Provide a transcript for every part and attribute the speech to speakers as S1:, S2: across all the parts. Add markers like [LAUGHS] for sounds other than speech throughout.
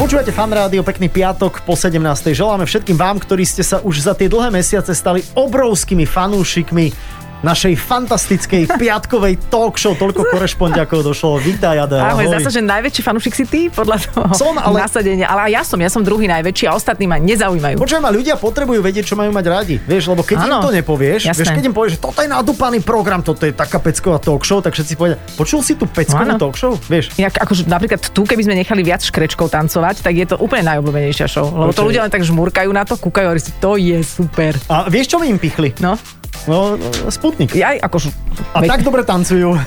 S1: Počúvate fan rádio, pekný piatok po 17. Želáme všetkým vám, ktorí ste sa už za tie dlhé mesiace stali obrovskými fanúšikmi našej
S2: [LAUGHS]
S1: fantastickej piatkovej talk show. Toľko korešpondiakov došlo. Vítaj, Adela.
S2: Ahoj, zdá sa, že najväčší fanúšik si ty, podľa toho
S1: Som, ale-
S2: nasadenia. Ale aj ja som, ja som druhý najväčší a ostatní ma nezaujímajú.
S1: Počujem, a ľudia potrebujú vedieť, čo majú mať radi. Vieš, lebo keď im to
S2: Áno,
S1: nepovieš,
S2: jasné.
S1: vieš, keď im povieš, že toto je nadúpaný program, toto je taká pecková talk show, tak všetci povedia, počul si tú peckovú
S2: Áno.
S1: talk show? Vieš,
S2: Jak, akože napríklad tu, keby sme nechali viac škrečkov tancovať, tak je to úplne najobľúbenejšia show. Lebo
S1: Určite.
S2: to ľudia len tak žmurkajú na to, kúkajú a hovorí si, to je super.
S1: a vieš, čo mi im pichli?
S2: No,
S1: No, Sputnik.
S2: ja aj akože...
S1: A tak dobre
S2: [LAUGHS]
S1: tancujú.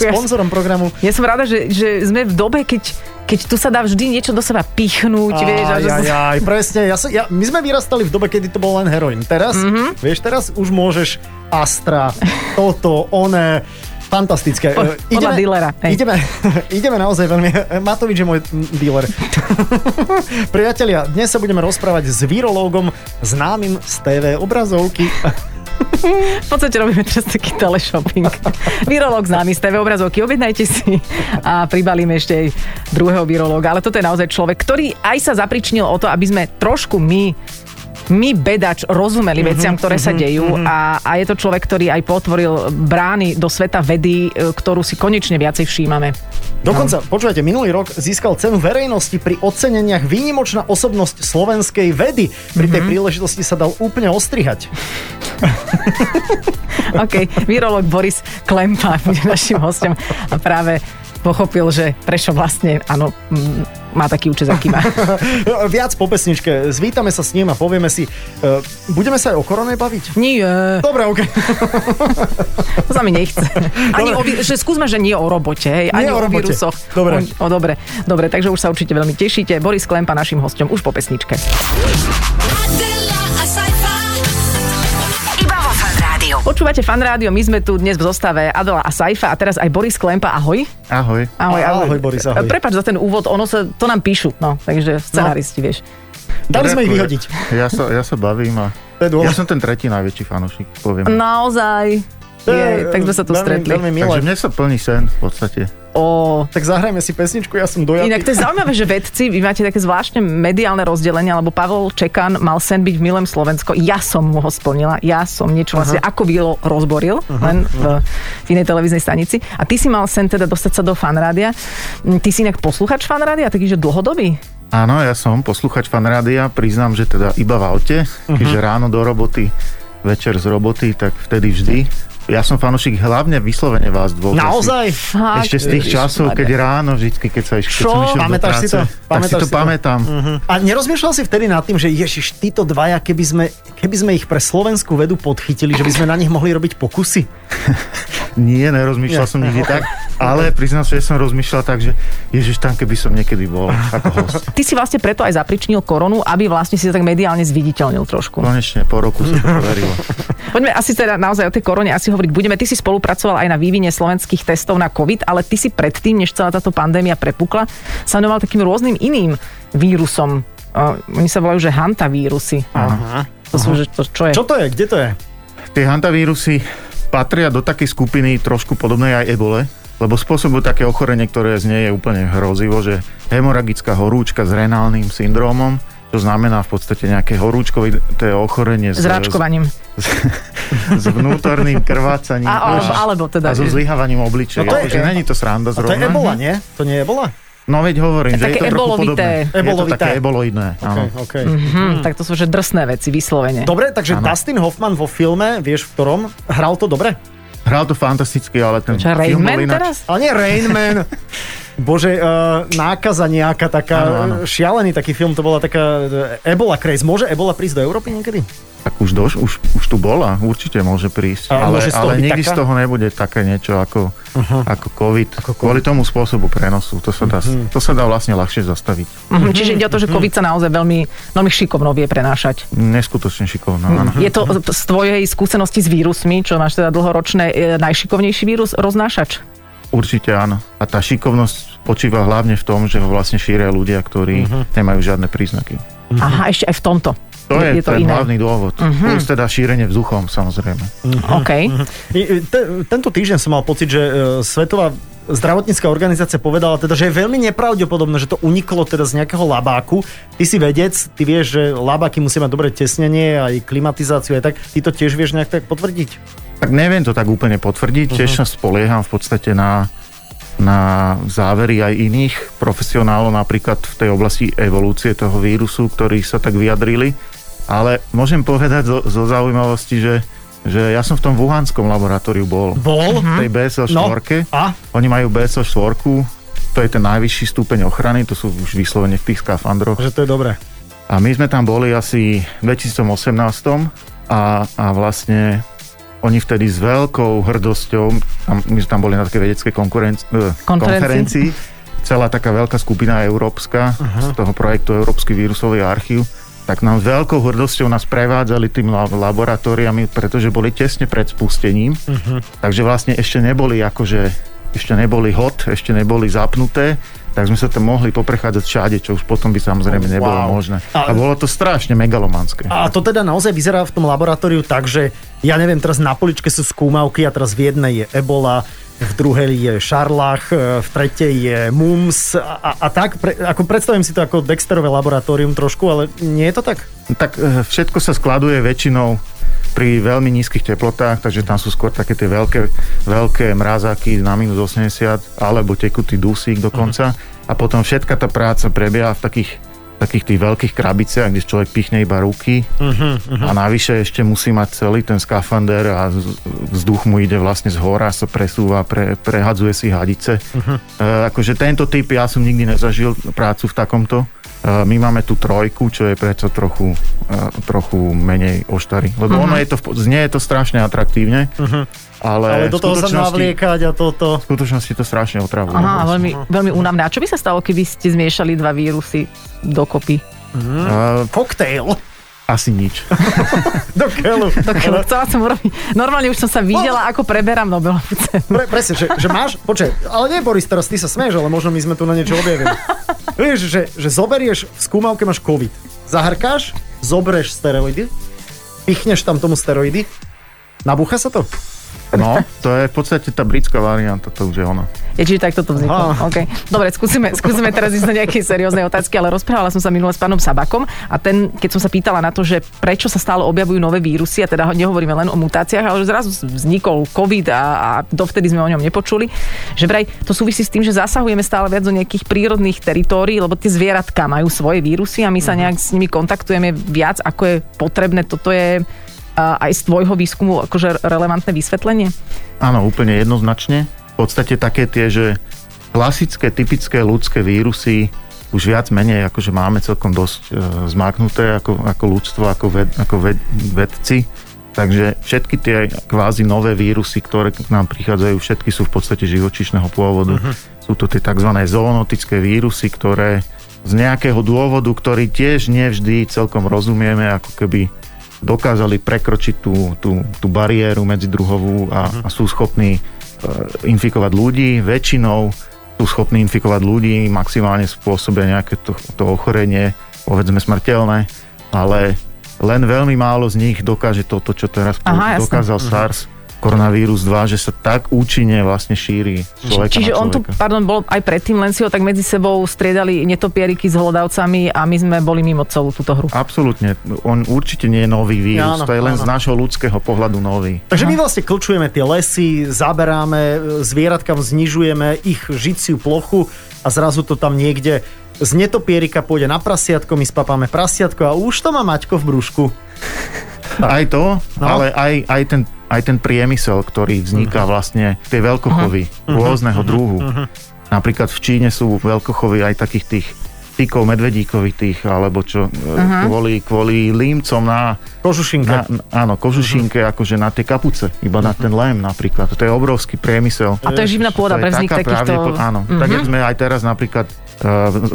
S2: Ja-
S1: Sponzorom programu.
S2: Ja som rada, že, že sme v dobe, keď, keď tu sa dá vždy niečo do seba pichnúť, vieš, a
S1: Aj,
S2: že
S1: aj, aj, presne. Ja, sa- ja, my sme vyrastali v dobe, kedy to bol len heroin. Teraz,
S2: Mhm.
S1: mm-hmm. vieš, teraz už môžeš Astra, toto, oné, fantastické.
S2: Pod-
S1: E,
S2: podľa dílera, hej.
S1: ideme, [LAUGHS] ideme naozaj veľmi... Matovič je môj mm,
S2: [LAUGHS]
S1: díler. Priatelia, dnes sa budeme rozprávať s virológom známym z TV obrazovky.
S2: v podstate robíme teraz taký teleshopping. Virológ známy z TV obrazovky, objednajte si a pribalíme ešte aj druhého virológa. Ale toto je naozaj človek, ktorý aj sa zapričnil o to, aby sme trošku my my bedač rozumeli veciam, ktoré sa dejú a, a je to človek, ktorý aj potvoril brány do sveta vedy, e, ktorú si konečne viacej všímame. No.
S1: Dokonca, počúvajte, minulý rok získal cenu verejnosti pri oceneniach výnimočná osobnosť slovenskej vedy. Pri
S2: Mhm.
S1: tej príležitosti sa dal úplne ostrihať.
S2: OK, virológ Boris Klempa bude našim hostom a práve pochopil, že prečo vlastne, áno, mm, má taký účes, aký má.
S1: [LAUGHS] Viac po pesničke. Zvítame sa s ním a povieme si, uh, budeme sa aj o korone baviť?
S2: Nie,
S1: Dobre, OK.
S2: to sa mi
S1: [LAUGHS]
S2: nechce. Ani o, vi- že skúsme, že nie o robote, hej, ani
S1: Nie o
S2: o,
S1: robote.
S2: vírusoch.
S1: Dobre.
S2: O, o, dobre. Dobre, takže už sa určite veľmi tešíte. Boris Klempa našim hostom už po pesničke.
S3: Adela, a sci-fi.
S4: Iba vo Fan Rádiu.
S2: Počúvate fan rádio, my sme tu dnes v zostave Adela a Saifa a teraz aj Boris Klempa. Ahoj.
S5: Ahoj.
S2: Ahoj,
S1: Ahoj, Boris, ahoj.
S2: Prepač za ten úvod, ono sa, to nám píšu, no, takže scenaristi, vieš.
S1: Dali sme ich
S5: Ďakujem.
S1: vyhodiť.
S5: Ja sa, ja sa bavím a...
S1: To je
S5: Ja
S1: dôležité.
S5: som ten tretí najväčší fanúšik, poviem.
S1: Mm,
S2: Naozaj.
S1: To je,
S2: Jej, tak sme sa tu
S1: veľmi,
S2: stretli.
S1: Veľmi milé.
S5: Takže mne sa plní sen v podstate.
S2: O,
S1: Tak zahrajme si pesničku, ja som dojatý.
S2: inak to je zaujímavé, že vedci, vy máte také zvláštne mediálne rozdelenie, lebo Pavel Čekan mal sen byť v Milém Slovensko. Ja som mu ho splnila. Ja som niečo vlastne ako Vilo rozboril, len v, v inej televíznej stanici. A ty si mal sen teda dostať sa do fanrádia. Mm, Ty si inak posluchač fanrádia, takýže dlhodobý?
S5: Áno, ja som posluchač fanrádia, priznám, že teda iba v aute,
S1: Mhm.
S5: keďže ráno do roboty, večer z roboty, tak vtedy vždy. Ja som fanúšik hlavne vyslovene vás
S1: [LAUGHS]
S5: dvoch.
S1: Naozaj?
S2: Fakt,
S5: Ešte z tých
S2: Ježiš,
S5: časov, keď ráno, vždy, keď sa iš, keď
S1: Čo?
S5: som išiel
S1: Pamätáš si
S5: do práce,
S1: to?
S5: tak si
S1: Pamätáš
S5: to
S1: si to? Mm.
S5: pamätám.
S1: A nerozmýšľal si vtedy nad tým, že ježiš, títo dvaja, keby sme, keby sme ich pre slovenskú vedu podchytili, že by sme na nich mohli robiť pokusy?
S5: Nie, nerozmýšľal
S1: Nie.
S5: som
S1: [LAUGHS]
S5: nikdy tak, ale priznám sa, že som rozmýšľal tak, že ježiš, tam keby som niekedy bol ako host.
S2: Ty si vlastne preto aj zapričnil koronu, aby vlastne si to tak mediálne zviditeľnil trošku.
S5: Konečne po roku sa to
S1: [LAUGHS]
S5: podarilo.
S2: Poďme asi teda naozaj o tej korone asi hovoriť budeme. Ty si spolupracoval aj na vývine slovenských testov na COVID, ale ty si predtým, než celá táto pandémia prepukla, sa venoval takým rôznym iným vírusom. Uh, oni sa volajú, že hantavírusy.
S1: Aha.
S2: To sú, že to, čo je?
S1: Čo to je? Kde to je?
S5: Tie hantavírusy patria do takej skupiny trošku podobnej aj ebole, lebo spôsobujú také ochorenie, ktoré z nej je úplne hrozivo, že hemoragická horúčka s renálnym syndrómom, to znamená v podstate nejaké horúčkové to je ochorenie
S2: S ráčkovaním.
S5: s, s vnútorným krvácaním
S2: A, alebo, alebo teda...
S5: a so zlyhávaním obličia.
S1: No to je-
S5: No že není to
S1: A
S5: sranda
S1: to je
S5: zrovna.
S1: ebola, nie? To nie je ebola?
S5: No veď hovorím, že je
S2: Také
S5: to trochu
S2: ebolovité.
S5: podobné. Je to
S1: Ebolovité.
S5: také eboloidné. Áno.
S1: Okay, okay.
S2: hm, tak to sú, že drsné veci, vyslovene.
S1: Dobre, takže
S5: Áno.
S1: Dustin Hoffman vo filme, vieš v ktorom, hral to dobre?
S5: Hral to fantasticky, ale ten
S2: Čo,
S5: film
S2: Rain
S5: bol
S2: Man
S5: ináč.
S2: teraz?
S1: Ale nie Rain Man. [LAUGHS] Bože, uh, nákaza nejaká taká,
S5: Áno, áno.
S1: eh, šialený taký film, to bola taká eh, Ebola craze. Môže Ebola prísť do Európy niekedy?
S5: Tak už, doš, už, už tu bola, určite môže prísť.
S1: A
S5: ale
S1: môže z toho
S5: ale
S1: byť
S5: nikdy
S1: taká?
S5: z toho nebude také niečo ako, uh-huh. ako, COVID. ako COVID. Kvôli tomu spôsobu prenosu. To sa dá, uh-huh. to sa dá vlastne ľahšie zastaviť.
S2: Mhm, Čiže ide o to, že COVID sa naozaj veľmi, veľmi šikovno vie prenášať.
S5: Neskutočne šikovná. Uh-huh.
S2: Je to z tvojej skúsenosti s vírusmi, čo máš teda dlhoročné, e, najšikovnejší vírus, roznášač?
S5: Určite áno. A tá šikovnosť počíva hlavne v tom, že ho vlastne šíria ľudia, ktorí uh-huh. nemajú žiadne príznaky.
S2: Aha, ešte aj v tomto.
S5: To
S2: je
S5: je,
S2: to
S5: ten
S2: iné.
S5: hlavný dôvod. Uh-huh. Plus teda šírenie vzduchom, samozrejme.
S2: OK.
S1: I- i- Te, tento týždeň som mal pocit, že uh, eh, svetová zdravotnícká organizácia povedala teda, že je veľmi nepravdepodobné, že to uniklo teda z nejakého labáku. Ty si vedec, ty vieš, že labáky musia mať dobré tesnenie, aj klimatizáciu, aj tak. Ty to tiež vieš nejak tak potvrdiť?
S5: Tak neviem to tak úplne potvrdiť, tiež sa spolieham v podstate na, na závery aj iných profesionálov, napríklad v tej oblasti evolúcie toho vírusu, ktorí sa tak vyjadrili. Ale môžem povedať zo, zo zaujímavosti, že, že ja som v tom Wuhanskom laboratóriu bol.
S1: Bol?
S5: V tej BSL 4.
S1: No, a?
S5: Oni majú BSL 4, to je ten najvyšší stupeň ochrany, to sú už vyslovene v tých skafandroch.
S1: Že to je dobré.
S5: A my sme tam boli asi v 2018 a, a vlastne oni vtedy s veľkou hrdosťou, tam, my sme tam boli na takej vedeckej konkurenc- eh,
S2: Konferencii.
S5: konferencii, celá taká veľká skupina európska uh-huh. z toho projektu Európsky vírusový archív, tak nám s veľkou hrdosťou nás prevádzali tým la- laboratóriami, pretože boli tesne pred spustením, uh-huh. takže vlastne ešte neboli akože ešte neboli hot, ešte neboli zapnuté, tak sme sa tam mohli poprechádzať všade, čo už potom by samozrejme
S1: Oh,
S5: nebolo
S1: wow.
S5: možné.
S1: A-
S5: A, bolo to strašne megalomanské.
S1: A to teda naozaj vyzerá v tom laboratóriu tak, že ja neviem, teraz na poličke sú skúmavky a teraz v jednej je ebola, v druhej je šarlach, e, v tretej je mums a, a, a tak. Pre, ako predstavím si to ako Dexterové laboratórium trošku, ale nie je to tak?
S5: Tak e, všetko sa skladuje väčšinou pri veľmi nízkych teplotách, takže tam sú skôr také tie veľké, veľké mrazáky na minus 80 alebo tekutý dusík
S1: Mhm.
S5: dokonca. A potom všetka tá práca prebieha v takých, takých tých veľkých krabiciach, kde človek pichne iba ruky
S1: Mhm.
S5: a navyše ešte musí mať celý ten skafander a z- vzduch mu ide vlastne z hora, sa presúva, pre, prehadzuje si hadice.
S1: Mhm.
S5: E, akože tento typ, ja som nikdy nezažil prácu v takomto. E, my máme tu trojku, čo je preto trochu, e, trochu menej oštary. Lebo ono
S1: Mhm.
S5: je to, v po- znie je to strašne atraktívne,
S1: Ale
S5: ale,
S1: do toho
S5: v
S1: sa
S5: skutočnosti,
S1: navliekať a toto...
S5: v skutočnosti to strašne otravuje.
S2: Aha, veľmi, veľmi únavné. A čo by sa stalo, keby ste zmiešali dva vírusy dokopy?
S5: E,
S1: Koktejl
S5: asi nič.
S1: do keľu.
S2: [LAUGHS] Do keľu. Chcela som urobiť. Normálne už som sa videla, ako preberám Nobelovú cenu.
S1: Pre, presne, že, že máš, počkaj, ale nie Boris, teraz ty sa smeješ, ale možno my sme tu na niečo objavili. Vieš, že, že zoberieš, v skúmavke máš COVID, zahrkáš, zobereš steroidy, pichneš tam tomu steroidy, nabúcha sa to?
S5: No, to je v podstate tá britská varianta, to už je ono.
S2: Je, čiže takto to vzniklo.
S1: Aha.
S2: Okay. Dobre, skúsime, skúsime teraz ísť na nejaké seriózne otázky, ale rozprávala som sa minule s pánom Sabakom a ten, keď som sa pýtala na to, že prečo sa stále objavujú nové vírusy, a teda ho- nehovoríme len o mutáciách, ale že zrazu vznikol COVID a, a dovtedy sme o ňom nepočuli, že vraj to súvisí s tým, že zasahujeme stále viac do nejakých prírodných teritórií, lebo tie zvieratka majú svoje vírusy a my sa nejak s nimi kontaktujeme viac, ako je potrebné. Toto je a, aj z tvojho výskumu akože relevantné vysvetlenie?
S5: Áno, úplne jednoznačne. V podstate také tie, že klasické, typické ľudské vírusy už viac menej, akože máme celkom dosť e, zmáknuté ako, ako ľudstvo, ako, ved, ako ved, vedci. Takže všetky tie kvázi nové vírusy, ktoré k nám prichádzajú, všetky sú v podstate živočíšneho pôvodu. Uh-huh. Sú to tie tzv. zoonotické vírusy, ktoré z nejakého dôvodu, ktorý tiež nevždy celkom rozumieme, ako keby dokázali prekročiť tú, tú, tú bariéru medzidruhovú a, a sú schopní e, infikovať ľudí. Väčšinou sú schopní infikovať ľudí, maximálne spôsobia nejaké to, to ochorenie, povedzme smrteľné, ale len veľmi málo z nich dokáže toto, čo teraz
S2: Aha, jasné.
S5: dokázal SARS koronavírus 2, že sa tak účinne vlastne šíri z človeka
S2: Čiže
S5: na
S2: on tu,
S5: človeka.
S2: pardon, bol aj predtým, len si ho tak medzi sebou striedali netopieriky s hlodavcami a my sme boli mimo celú túto hru.
S5: Absolútne. On určite nie je nový vírus,
S1: Áno,
S5: to je len
S1: áno.
S5: z nášho ľudského pohľadu nový.
S1: Takže my vlastne klčujeme tie lesy, zaberáme, e, zvieratkám znižujeme ich žiciu plochu a zrazu to tam niekde z netopierika pôjde na prasiatko, my spapáme prasiatko a už to má Maťko v brúšku.
S5: Aj to,
S1: No.
S5: no. ale aj, aj, ten, aj ten priemysel, ktorý vzniká
S2: Mhm.
S5: vlastne, tie veľkochovy rôzneho druhu. Napríklad v Číne sú veľkochovy aj takých tých tykov medvedíkovitých, alebo
S2: Mhm.
S5: čo, uh kvôli, kvôli límcom na, na,
S1: Kožušinka.
S5: na áno,
S2: Mhm.
S5: kožušinke, akože na tie kapuce, iba na ten lém napríklad. To je obrovský priemysel.
S2: A to je živná pôda
S5: To je
S2: pre vznik
S5: taká
S2: takýchto... Mhm.
S5: pravdepo- Áno, mm-hmm. tak jak sme aj teraz napríklad uh,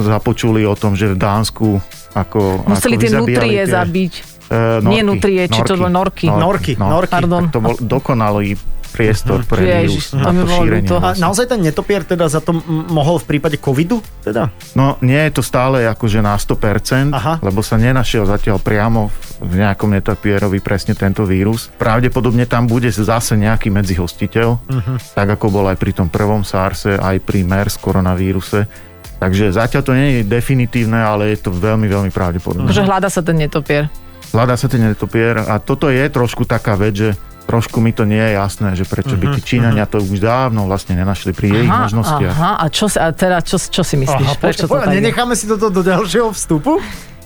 S5: započuli o tom, že v Dánsku ako
S2: Museli
S5: ako
S2: tie
S5: vyzabíjali
S2: nutrie
S5: tie-
S2: zabiť.
S5: Uh,
S2: Nie nutrieče, čo to bolo, norky.
S1: Norky, norky.
S2: Pardon.
S5: No. Tak to bol dokonalý priestor pre
S2: Ježiš,
S5: vírus
S2: to
S5: na
S2: mi
S5: to
S2: bolo
S5: šírenie.
S2: ľúto.
S1: A no.
S5: vlastne.
S1: naozaj ten netopier teda za to m- mohol v prípade covidu? Teda?
S5: No nie je to stále akože na 100%,
S1: Aha.
S5: Aha. lebo sa nenašiel zatiaľ priamo v nejakom netopierovi presne tento vírus. Pravdepodobne tam bude zase nejaký medzihostiteľ,
S1: Mhm.
S5: uh-huh. tak ako bol aj pri tom prvom SARSe, aj pri MERS koronavíruse. Takže zatiaľ to nie je definitívne, ale je to veľmi, veľmi pravdepodobné.
S2: Že hľada sa ten netopier.
S5: Hľadá sa ten netopier a toto je trošku taká vec, že trošku mi to nie je jasné, že prečo by tí Číňania to už dávno vlastne nenašli pri jej možnostiach.
S2: Mhm, aha, a čo, si- a teda, čo, čo si myslíš? Aha, prečo to
S1: počkaj,
S2: tak je?
S1: nenecháme si toto do ďalšieho vstupu?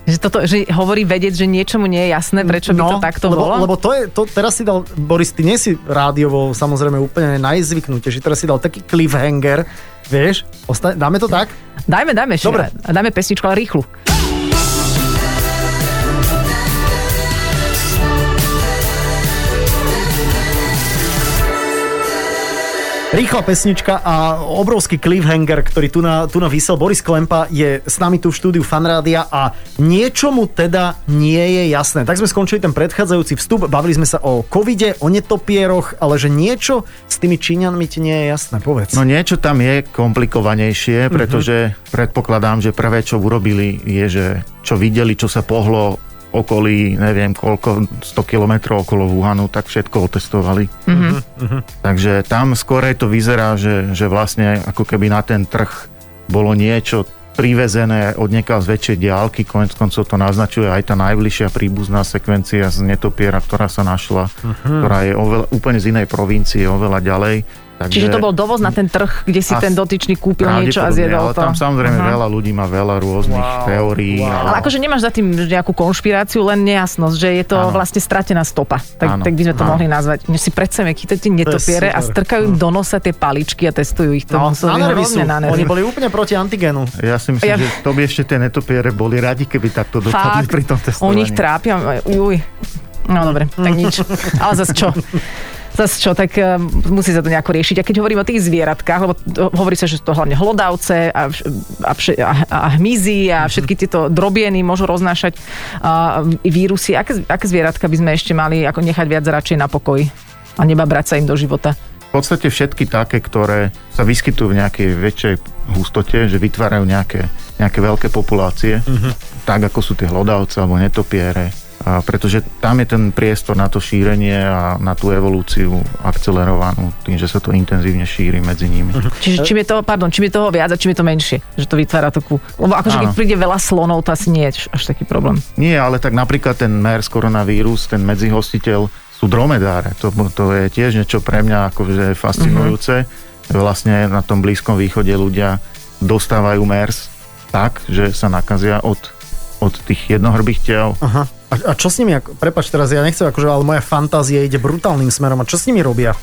S2: Že, toto, že hovorí vedieť, že niečomu nie je jasné, prečo by to
S5: No,
S2: takto
S1: No, lebo,
S2: bolo?
S1: Lebo to je, to teraz si dal, Boris, ty nie si rádiovo samozrejme úplne najzvyknutejší, teraz si dal taký cliffhanger, vieš, osta- dáme to tak?
S2: Dajme, dajme ešte.
S1: Dobre.
S2: raz. Dajme pesničku, ale rýchlu.
S1: Rýchla pesnička a obrovský cliffhanger, ktorý tu na, tu na vysel. Boris Klempa je s nami tu v štúdiu Fanrádia a niečomu teda nie je jasné. Tak sme skončili ten predchádzajúci vstup, bavili sme sa o covide, o netopieroch, ale že niečo s tými Číňanmi ti nie je jasné, povedz.
S5: No niečo tam je
S2: Mhm.
S5: komplikovanejšie, pretože predpokladám, že prvé, čo urobili, je, že čo videli, čo sa pohlo okolí, neviem koľko, 100 kilometrov okolo Wuhanu, tak všetko otestovali.
S2: Mhm.
S5: Takže tam skorej to vyzerá, že, že vlastne ako keby na ten trh bolo niečo privezené od nieka z väčšej diálky, konec koncov to naznačuje aj tá najbližšia príbuzná sekvencia z netopiera, ktorá sa našla, ktorá je oveľa, úplne z inej provincie, oveľa ďalej. Takže
S2: Čiže to bol dovoz na ten trh, kde si
S5: Asi-
S2: ten dotyčný kúpil niečo a
S5: Pravdepodobne,
S2: zjedol
S5: ale
S2: to.
S5: tam samozrejme
S2: Aha.
S5: veľa ľudí má veľa rôznych
S1: Wow,
S5: teórií.
S1: wow.
S2: Ale akože nemáš za tým nejakú konšpiráciu, len nejasnosť, že je to
S5: Áno.
S2: vlastne stratená stopa. Tak,
S5: Áno.
S2: tak by sme to
S5: Áno.
S2: mohli nazvať. Než si predstavme, chytať tie netopiere a
S1: super.
S2: strkajú im do nosa tie paličky a testujú ich. To
S1: No,
S2: muselo byť
S1: na nervy
S2: hrozne
S1: sú.
S2: na
S1: Oni
S2: nervy.
S1: boli úplne proti antigenu.
S5: Ja si myslím,
S2: Ja-
S5: že to by ešte tie netopiere boli radi, keby takto dopadli
S2: Fakt,
S5: pri tom
S2: u
S5: testovaní.
S2: nich trápia. Uj. No dobre, tak nič. Ale zas čo? Zas čo, tak um, musí sa to nejako riešiť. A keď hovorím o tých zvieratkách, lebo to, hovorí sa, že sú to hlavne hlodavce a, vš- a, vš- a, a hmyzy a všetky tieto drobieny môžu roznášať uh, vírusy. Aké, z- aké zvieratka by sme ešte mali ako nechať viac radšej na pokoji a neba brať sa im do života?
S5: V podstate všetky také, ktoré sa vyskytujú v nejakej väčšej hustote, že vytvárajú nejaké, nejaké veľké populácie,
S1: Mhm.
S5: tak ako sú tie hlodavce alebo netopiere, a pretože tam je ten priestor na to šírenie a na tú evolúciu akcelerovanú tým, že sa to intenzívne šíri medzi nimi.
S1: Mhm.
S2: Čiže čím je toho, pardon, čím je toho viac a čím je to menšie, že to vytvára takú... Lebo akože keď
S5: Áno.
S2: príde veľa slonov, to asi nie je až taký problém.
S5: Nie, ale tak napríklad ten MERS koronavírus, ten medzihostiteľ sú dromedáre. To, to je tiež niečo pre mňa akože fascinujúce. Vlastne na tom Blízkom východe ľudia dostávajú MERS tak, že sa nakazia od, od tých jednohrbých tel.
S1: Aha. A, a čo s nimi, ako, prepač teraz, ja nechcem, akože, ale moja fantázia ide brutálnym smerom. A čo s nimi robia?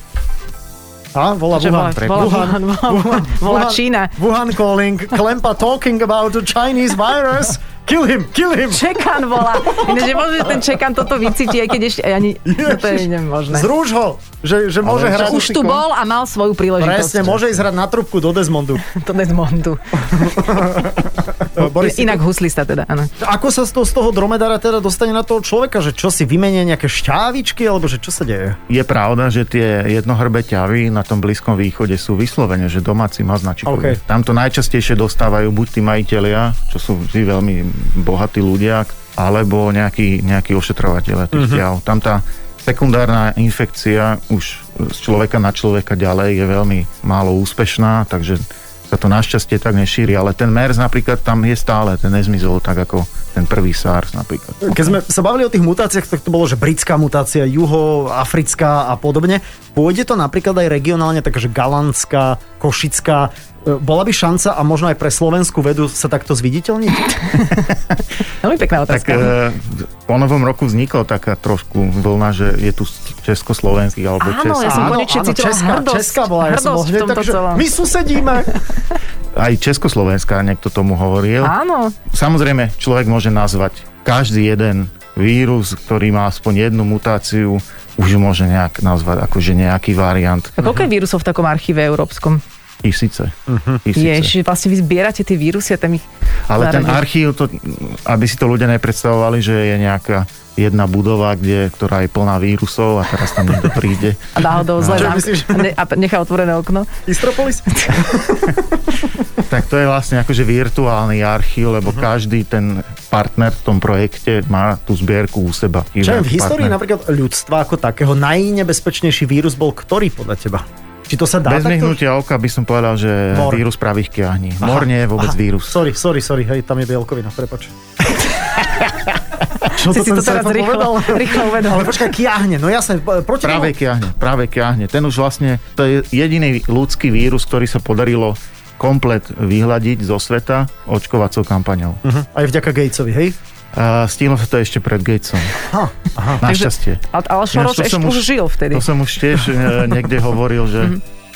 S1: A, volá
S2: Že
S1: Wuhan.
S2: volá- volá Wuhan, volá- volá Čína.
S1: Wuhan calling, Klempa talking about the Chinese virus. Kill him, kill him.
S2: Čekan volá. Ináč, že možno, že ten Čekan toto vycíti, aj keď ešte ani... No to je nemožné.
S1: Zrúž ho, že, že môže
S5: Ale-
S1: hrať.
S2: Už tu bol a mal svoju príležitosť.
S1: Presne, môže ísť hrať na trubku do [LAUGHS] Desmondu.
S2: To bez mondu.
S1: Eh, Boris,
S2: Inak huslista teda, áno.
S1: ako sa z toho, z toho dromedára teda dostane na toho človeka? Že čo si vymenia nejaké šťávičky, alebo že čo sa deje?
S5: Je pravda, že tie jednohrbe ťavy na tom Blízkom východe sú vyslovene, že domáci maznačikujú.
S1: OK.
S5: Okay. Tam to najčastejšie dostávajú buď tí majiteľia, čo sú vždy veľmi bohatí ľudia, alebo nejakí, nejakí ošetrovateľe tých ťav. Tam tá sekundárna infekcia už z človeka na človeka ďalej je veľmi málo úspešná, takže sa to našťastie tak nešíri, ale ten MERS napríklad tam je stále, ten nezmizol tak ako ten prvý SARS napríklad.
S1: Keď sme sa bavili o tých mutáciách, tak to bolo, že britská mutácia, juhoafrická a podobne. Pôjde to napríklad aj regionálne, takže galandská, košická. E, Bola by šanca a možno aj pre slovenskú vedu sa takto zviditeľniť?
S2: Veľmi pekná
S5: Tak
S2: otázka.
S1: eh,
S5: e, po novom roku vznikla taká trošku vlna, že je tu československý alebo
S2: Áno, [LAUGHS]
S5: český.
S2: ja som
S1: Áno,
S2: konečne
S1: áno,
S2: cítila
S1: Česká,
S2: hrdosť.
S1: Česká bola, ja som bol
S2: Hrdosť v
S1: hneď,
S2: tomto
S1: takže
S2: celom.
S1: my susedíme.
S2: [LAUGHS]
S5: Aj československá, niekto tomu hovoril.
S2: Áno,
S5: Samozrejme, človek môže nazvať každý jeden vírus, ktorý má aspoň jednu mutáciu, už môže nejak nazvať akože nejaký variant.
S2: a
S1: Mhm.
S2: koľko je vírusov v takom archíve európskom?
S5: Tisíce. Tisíce.
S2: Je, že vlastne vy zbierate tie vírusy a tam ich...
S5: Ale ten
S2: Zároveň.
S5: archív, to, aby si to ľudia nepredstavovali, že je nejaká jedna budova, kde, ktorá je plná vírusov a teraz tam niekto
S2: [LAUGHS]
S5: príde.
S2: A náhodou zle
S1: Čo
S2: zamk-
S1: myslíš?
S2: a ne- a p- nechá otvorené okno.
S1: Istropolis?
S5: Tak to je vlastne akože virtuálny archív,
S1: Mhm.
S5: lebo každý ten partner v tom projekte má tú zbierku u seba.
S1: Čo viem,
S5: Event
S1: v histórii
S5: partner.
S1: napríklad ľudstva ako takého najnebezpečnejší vírus bol ktorý podľa teba? Či to sa dá
S5: Bez
S1: takto?
S5: myhnutia oka by som povedal, že
S1: Mor.
S5: vírus pravých kiahní. Mor nie je vôbec
S1: Aha,
S5: vírus.
S1: Sorry, sorry, sorry, hej, tam je bielkovina, [LAUGHS] prepač. Čo
S2: Si si
S1: ten
S2: to teraz
S1: Serpa povedal?
S2: rýchlo, rýchlo uvedol.
S1: Ale počkaj, kiahne, no jasne, po- proti
S5: Práve
S1: tomu-
S5: kiahne, práve kiahne. Ten už vlastne, to je jediný ľudský vírus, ktorý sa podarilo komplet vyhľadiť zo sveta očkovacou kampaňou.
S1: Mhm, Aj vďaka Gatesovi, hej?
S5: A stihlo sa to ešte pred
S1: [LAUGHS]
S5: Gatesom.
S1: Ha, aha.
S5: Našťastie.
S2: Ale, ale Šoroš
S5: to
S2: ešte
S5: som
S2: už
S5: už-
S2: žil vtedy.
S5: To som už tiež e, niekde hovoril,
S1: Mhm.
S5: že,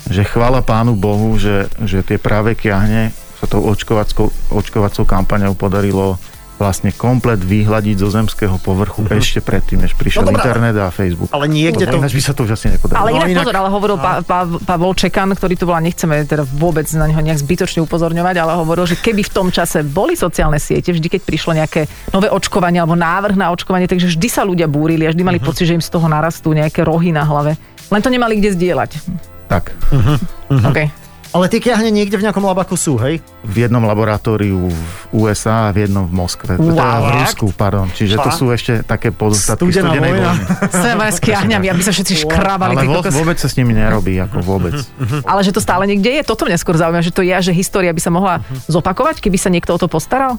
S5: že chvála pánu Bohu, že, že tie práve kiahne sa tou očkovackou, očkovacou kampaňou podarilo vlastne komplet vyhľadiť zo zemského povrchu ešte predtým, než
S1: Mhm. No
S5: prišiel no,
S1: dobrá.
S5: internet a Facebook.
S1: Ale niekde to...
S5: Ináč by sa to už asi nepodarilo.
S2: Ale
S1: No,
S2: inak,
S1: inak-
S2: pozor, ale hovoril pa, pa, Pavol Čekan, ktorý tu bola, nechceme teda vôbec na neho nejak zbytočne upozorňovať, ale hovoril, že keby v tom čase boli sociálne siete, vždy keď prišlo nejaké nové očkovanie alebo návrh na očkovanie, takže vždy sa ľudia búrili a vždy mali pocit, že im z toho narastú nejaké rohy na hlave. Len to nemali kde zdieľať.
S5: No, Tak.
S2: Okay.
S1: Ale tie kiahne niekde v nejakom labaku sú, hej?
S5: v jednom laboratóriu v USA a v jednom v Moskve. Wow. Teda v
S1: Fakt?
S5: Rusku, pardon. Čiže to
S1: Fakt?
S5: sú ešte také pozostatky
S1: Studená
S5: studenej
S1: vojna.
S5: vojny.
S2: Sem aj s kiahňami, aby sa všetci škrábali.
S5: Ale
S2: ty
S5: vo,
S2: kokos.
S5: vôbec sa s nimi nerobí, ako vôbec.
S1: [LAUGHS]
S2: ale že to stále niekde je, toto mňa skôr zaujíma, že to je, a že história by sa mohla zopakovať, keby sa niekto o to postaral?